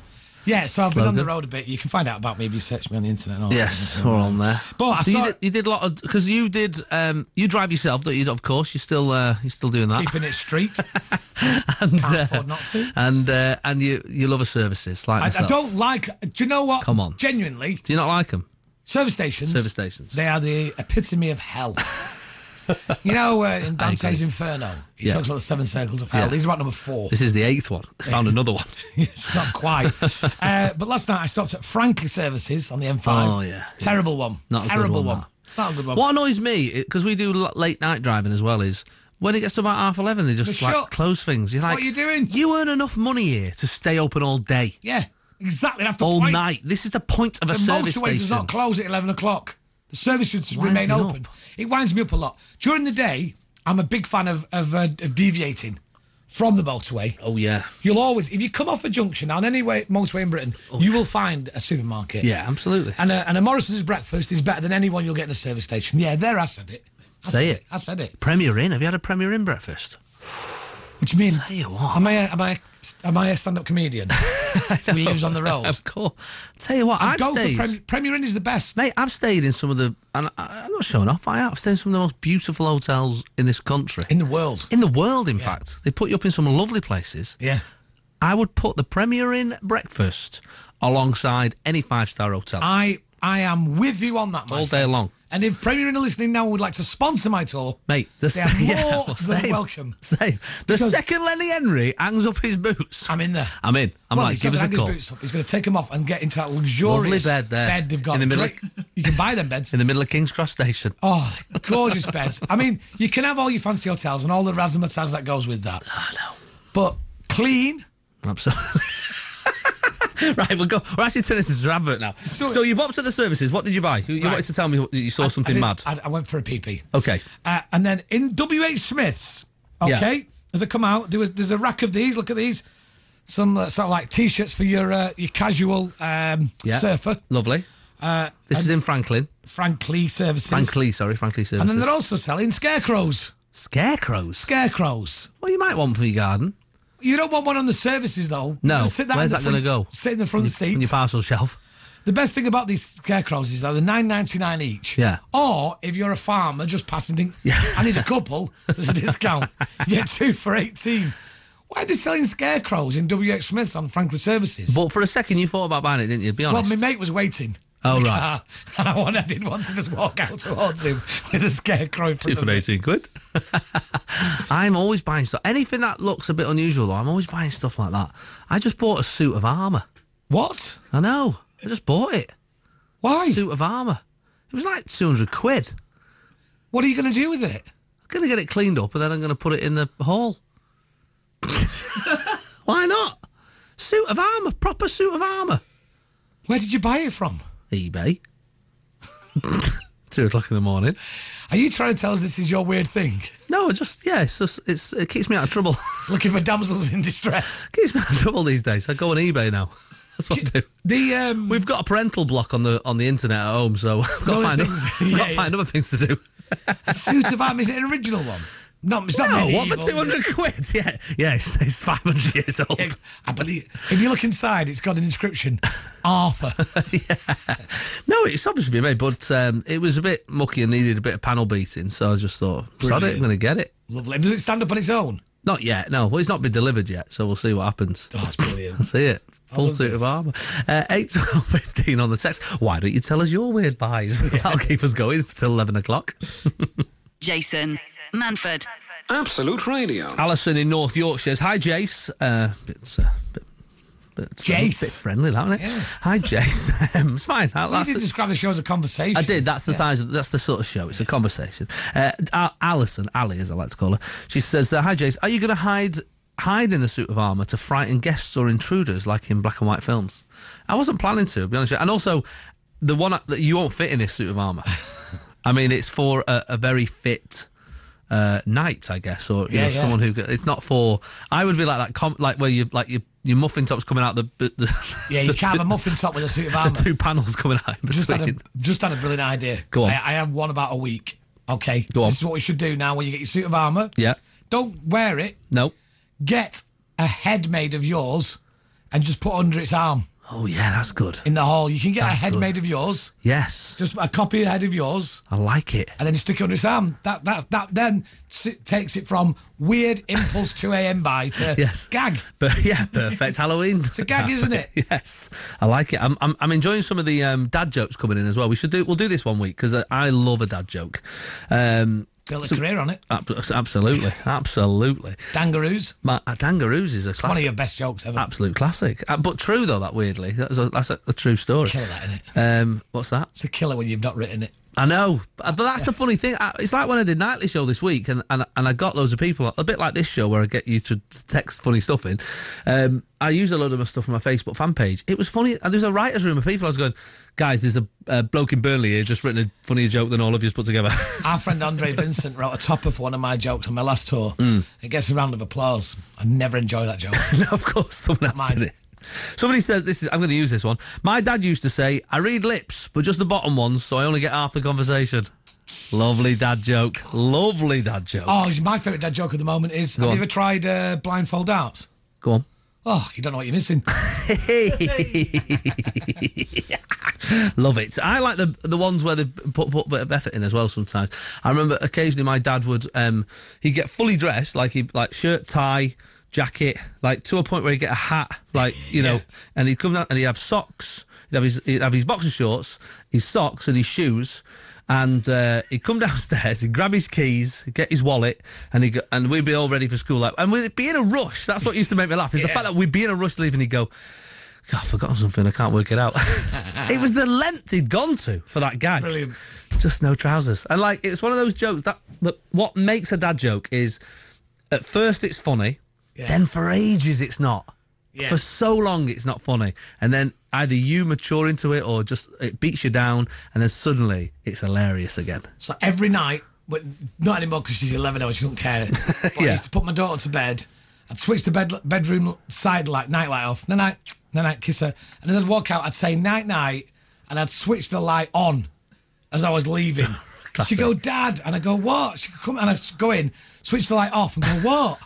yeah, so I've been on the
slogan.
road a bit. You can find out about me if you search me on the internet. And all
Yes,
that.
we're on there.
But I
so you
saw-
did, you did a lot of because you did. Um, you drive yourself, don't you? Of course, you're still uh, you're still doing that.
Keeping it street.
(laughs) and
Can't
uh,
afford not to.
and uh, and you you love a services like
I, I
myself.
don't like. Do you know what?
Come on.
Genuinely,
Do you not like them?
service stations.
Service stations.
They are the epitome
(laughs)
of hell. you know, uh, in Dante's
agree.
Inferno, he
Yeah.
talks about the seven circles of hell.
Yeah.
These are about
(laughs)
number four.
This is the eighth one. I found another
(laughs)
one.
it's not quite. uh, but last night I stopped at Frankly Services on the M5.
Oh, yeah.
Terrible one.
Not a good
Terrible
one,
one. Not a good one.
What annoys me because we do l- late night driving as well is. When it gets to about half eleven, they just
They're
like
shut.
close things. You're like,
What are you doing?
You earn enough money here to stay open all day,
Yeah, exactly. That's the
all
point.
night. This is the point of a
The
service
motorway
station.
does not close at 11 o'clock. The service should
winds
remain
me
open.
up.
It winds me up a lot. During the day, I'm a big fan of, of, uh, of deviating from the motorway.
oh yeah,
You'll always, if you come off a junction on any way, motorway in Britain, you will find a supermarket.
Oh, yeah, absolutely.
And a, and a Morrison's breakfast is better than anyone you'll get in a service station. Yeah, there I said it. I
Say
said
it.
I said it.
Premier Inn. Have you had a Premier Inn breakfast?
What do you mean?
Tell you what.
Am I a, am I a, am I a
(laughs)
stand-up comedian? who lives on the road.
Of course. Tell you what, I've
Go for
stayed.
Premier, Premier Inn is the best.
Mate, I've stayed in some of the, and I, I'm not showing off. I have stayed in some of the most beautiful hotels in this country, in,
in the world.
the world, in fact. They put you up in some lovely places.
Yeah.
I would put the Premier Inn breakfast alongside any five star hotel
I I am with you on that, my
all
friend.
day long.
And if Premier Inn are listening now and would like to sponsor my tour,
Mate, the
They are
sa- (laughs) yeah,
more
well,
than
same,
welcome.
Same. The
Because-
second Lenny Henry hangs up his boots,
I'm in there.
I'm in. I'm
well,
like,
he's got
give us
to
a
hang his
call.
boots up. He's going to take them off and get into that luxurious
Lovely bed there.
they've got.
In the middle.
Great- You can buy them beds.
in the middle of King's Cross Station.
Oh, gorgeous beds. I mean, you can have all your fancy hotels and all the razzmatazz that goes with that. I know. But clean.
Absolutely. (laughs) right, we'll go. We're actually turning this into an advert now. So,
Oh. So-
you bopped at the services. What did you buy? You, you
Right.
wanted to tell me what- you saw
I- I
something
did-
mad.
I, I went for a pee pee.
okay.
Uh, and then in WH Smith's,
Yeah.
okay, as I come out, there was there's a rack of these. Look at these, some uh, sort of like t-shirts for your uh, your casual um,
Yeah.
surfer,
Lovely.
uh,
This is in Franklin.
Frank Lee services.
Frank Lee, sorry, Frank Lee services.
And then they're also selling scarecrows.
Scarecrows.
Scarecrows.
Well, you might want for your garden.
You don't want one on the services though.
No.
Just sit down
Where's
in
that
the
going to
front-
go?
Sit in the front seat.
On your parcel shelf.
The best thing about these scarecrows is that they're nine ninety nine each.
Yeah.
Or if you're a farmer just passing things, I need a couple. There's a
(laughs)
discount. You get two for eighteen. Why are they selling scarecrows in WH Smiths on Franklin Services?
But for a second, you thought about buying it, didn't you? Be
well,
honest.
my mate was waiting.
Oh,
in the
right.
car, (laughs) And I, wanted, I did want to just walk out towards him with a scarecrow. in
Two
front
for
of me.
18 quid. (laughs) I'm always buying stuff. Anything that looks a bit unusual, though, I'm always buying stuff like that. I just bought a suit of armour.
What?
I know. I just bought it.
Why?
suit of armour. It was like 200 quid.
what are you going to do with it?
I'm going to get it cleaned up and then I'm going to put it in the
(laughs)
hall. Why not? Suit of armour, proper suit of armour.
Where did you buy it from?
eBay. (laughs) Two o'clock in the morning.
Are you trying to tell us this is your weird thing? (laughs)
No, it just, yeah, it's just, it's, it keeps me out of trouble. (laughs)
Looking for damsels in distress.
keeps me out of trouble these days. I go on eBay now. (laughs) That's what I do.
The um,
We've got a parental block on the on the internet at home, so (laughs) I've got to
Well,
find,
things-
oth-
yeah,
I've got to
yeah.
find other things to do.
suit of arm is it an original one? No, it's not.
No, (laughs) what
medieval.
for 200 quid? (laughs) Yeah, yeah, it's, it's 500 years old.
It's- I believe. If you look inside, it's got an inscription, Arthur.
(laughs) No, it's obviously been made, but um, it was a bit mucky and needed a bit of panel beating. So I just thought, sod it, I'm
Brilliant.
going to get it.
Lovely. Does it stand up on its own?
Not yet, no. Well, it's not been delivered yet, so we'll see what happens.
Oh, that's brilliant.
I see it. Full
love
suit of
this.
armour. Uh, 8 (laughs) 12 15 on the text. Why don't you tell us your weird
(laughs)
buys? That'll keep us going till 11 o'clock.
Jason Manford.
Absolute Radio.
Alison in North Yorkshire says, Hi, Jace. Uh, bit, uh, bit, bit,
Jace.
bit friendly, that, isn't it? Hi, Jace. (laughs) Um, it's fine. That-
You
that's
did
the-
describe the show as a conversation.
I did. That's the size. Of, that's the sort of show. It's a conversation. Uh, Al- Alison, Ali, as I like to call her, she says, uh, "Hi, Jace. Are you going to hide hide in a suit of armour to frighten guests or intruders, like in black and white films. I wasn't planning to, to be honest. With you. And also, the one that you won't fit in this suit of
(laughs)
armour. I mean, it's for a, a very fit uh, knight, I guess, or you
Yeah,
know,
yeah.
someone who g- it's not for. I would be like that, com- like where you like your your muffin top's coming out the the, (laughs) the,
Yeah, you can't have a muffin top with a suit of
the
armour.
two panels coming out in
Just had, a,
between.
just had a brilliant idea.
Go on.
I, I have one about a week. Okay.
Go on.
This is what we should do now when you get your suit of armour.
Yeah.
Don't wear it.
No.
Get a head made of yours and just put under its arm
Oh yeah, that's good.
in the hall. You can get
That's
a head
good.
made of yours,
Yes,
just a copy of the head of yours,
I like it. (laughs)
and then you stick it under its arm. That that that then s- takes it from weird impulse 2 a.m. by to
(laughs) Yes.
gag.
But yeah, perfect Halloween. It's (laughs)
a gag, isn't it?
yes, I like it. I'm, I'm, I'm enjoying some of the um, dad jokes coming in as well. We should do we'll do this one week because I, I love a dad joke. Um,
Built a career on it.
ab- absolutely, absolutely.
Dangaroos.
My, uh, Dangaroos is a
One of
classic,
your best jokes ever.
absolute classic. Uh, but true though, that weirdly, that's a, that's a, a true story.
Killer that, innit?
Um, what's that?
It's a killer when you've not written it.
I know, but but that's the funny thing. I, it's like when I did nightly show this week, and, and and I got loads of people. A bit like this show where I get you to text funny stuff in. Um, I used a load of my stuff on my Facebook fan page. It was funny. and There was a writers' room of people. I was going, guys, there's a, uh bloke in Burnley here just written a funnier joke than all of you put together. (laughs)
Our friend Andre Vincent wrote a top of one of my jokes on my last tour.
Mm.
It gets a round of applause. I never enjoy
(laughs)
that joke.
no, of course, someone else
Mine.
did it. Somebody says this is. I'm going to use this one. My dad used to say, "I read lips, but just the bottom ones, so I only get half the conversation." Lovely dad joke. Lovely dad joke.
oh, my favourite dad joke at the moment is Have
on.
you ever tried uh, blindfold darts?
Go on.
Oh, you don't know what you're missing.
Love it. I like the the ones where they put, put a bit of effort in as well. Sometimes I remember occasionally my dad would um he'd get fully dressed like he like shirt tie jacket like to a point where he'd get a hat like you know and he'd come down and he'd have socks he'd have his he'd have his boxer shorts his socks and his shoes. And uh, he'd come (laughs) downstairs, he'd grab his keys, he'd get his wallet, and he would go, and we'd be all ready for school. Like, and we'd be in a rush. That's what used to make me laugh. Is the fact that we'd be in a rush leaving. He'd go, God, I've forgotten something. I can't work it
(laughs)
out. it was the length he'd gone to for that gag.
Brilliant.
Just no trousers. And like, it's one of those jokes that, that what makes a dad joke is at first it's funny, then for ages it's not.
Yeah.
For so long it's not funny. And then either you mature into it or just it beats you down. And then suddenly it's hilarious again.
so every night, but not anymore because she's 11 now and she
(laughs)
doesn't care. But
Yeah.
I used to put my daughter to bed. I'd switch the bed, bedroom side light, night light off. Night night, night night, kiss her. And as I'd walk out, I'd say night night and I'd switch the light on as I
(laughs)
was leaving. She'd go, Dad. And I go, What? She'd come and I'd go in, switch the light off and go,
(laughs)
What?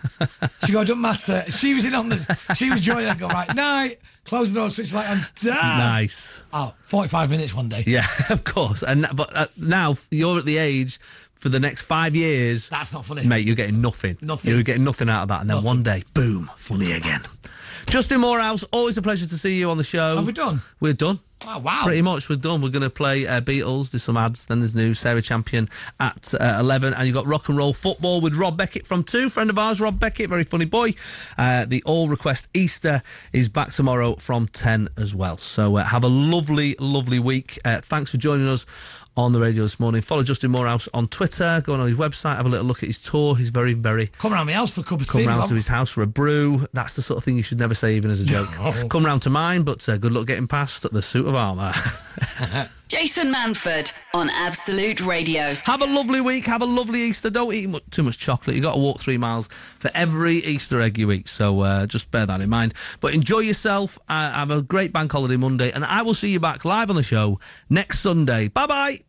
She'd go, Don't matter. She was in on the, she was joining. I'd go, Right, night. Close the door, switch the light on. Dad.
Nice.
Oh, 45 minutes one day.
Yeah, (laughs) of course. And but uh, now you're at the age for the next five years.
That's not funny.
mate. You're getting nothing.
Nothing.
You're getting nothing out of that, and then one day, boom, funny again. Justin Morehouse, always a pleasure to see you on the show.
Have we done?
We're done.
Oh, wow.
Pretty much, we're done. We're going to play uh, Beatles. There's some ads. Then there's new Sarah Champion at uh, 11. And you've got rock and roll football with Rob Beckett from 2. Friend of ours, Rob Beckett. Very funny boy. Uh, the All Request Easter is back tomorrow from 10 as well. So uh, have a lovely, lovely week. Uh, thanks for joining us on the radio this morning. Follow Justin Morehouse on Twitter. Go on his website. Have a little look at his tour. He's very, very
Come round my house for a cup of
come
tea.
round
Rob.
to his house for a brew. That's the sort of thing you should never say, even as
(laughs)
a joke. Come round to mine, but uh, good luck getting past the suit of armour. (laughs)
Jason Manford on Absolute Radio.
have a lovely week. Have a lovely Easter. Don't eat mu- too much chocolate. You've got to walk three miles for every Easter egg you eat. So uh, just bear that in mind. But enjoy yourself. Uh, have a great bank holiday Monday. And I will see you back live on the show next Sunday. Bye bye.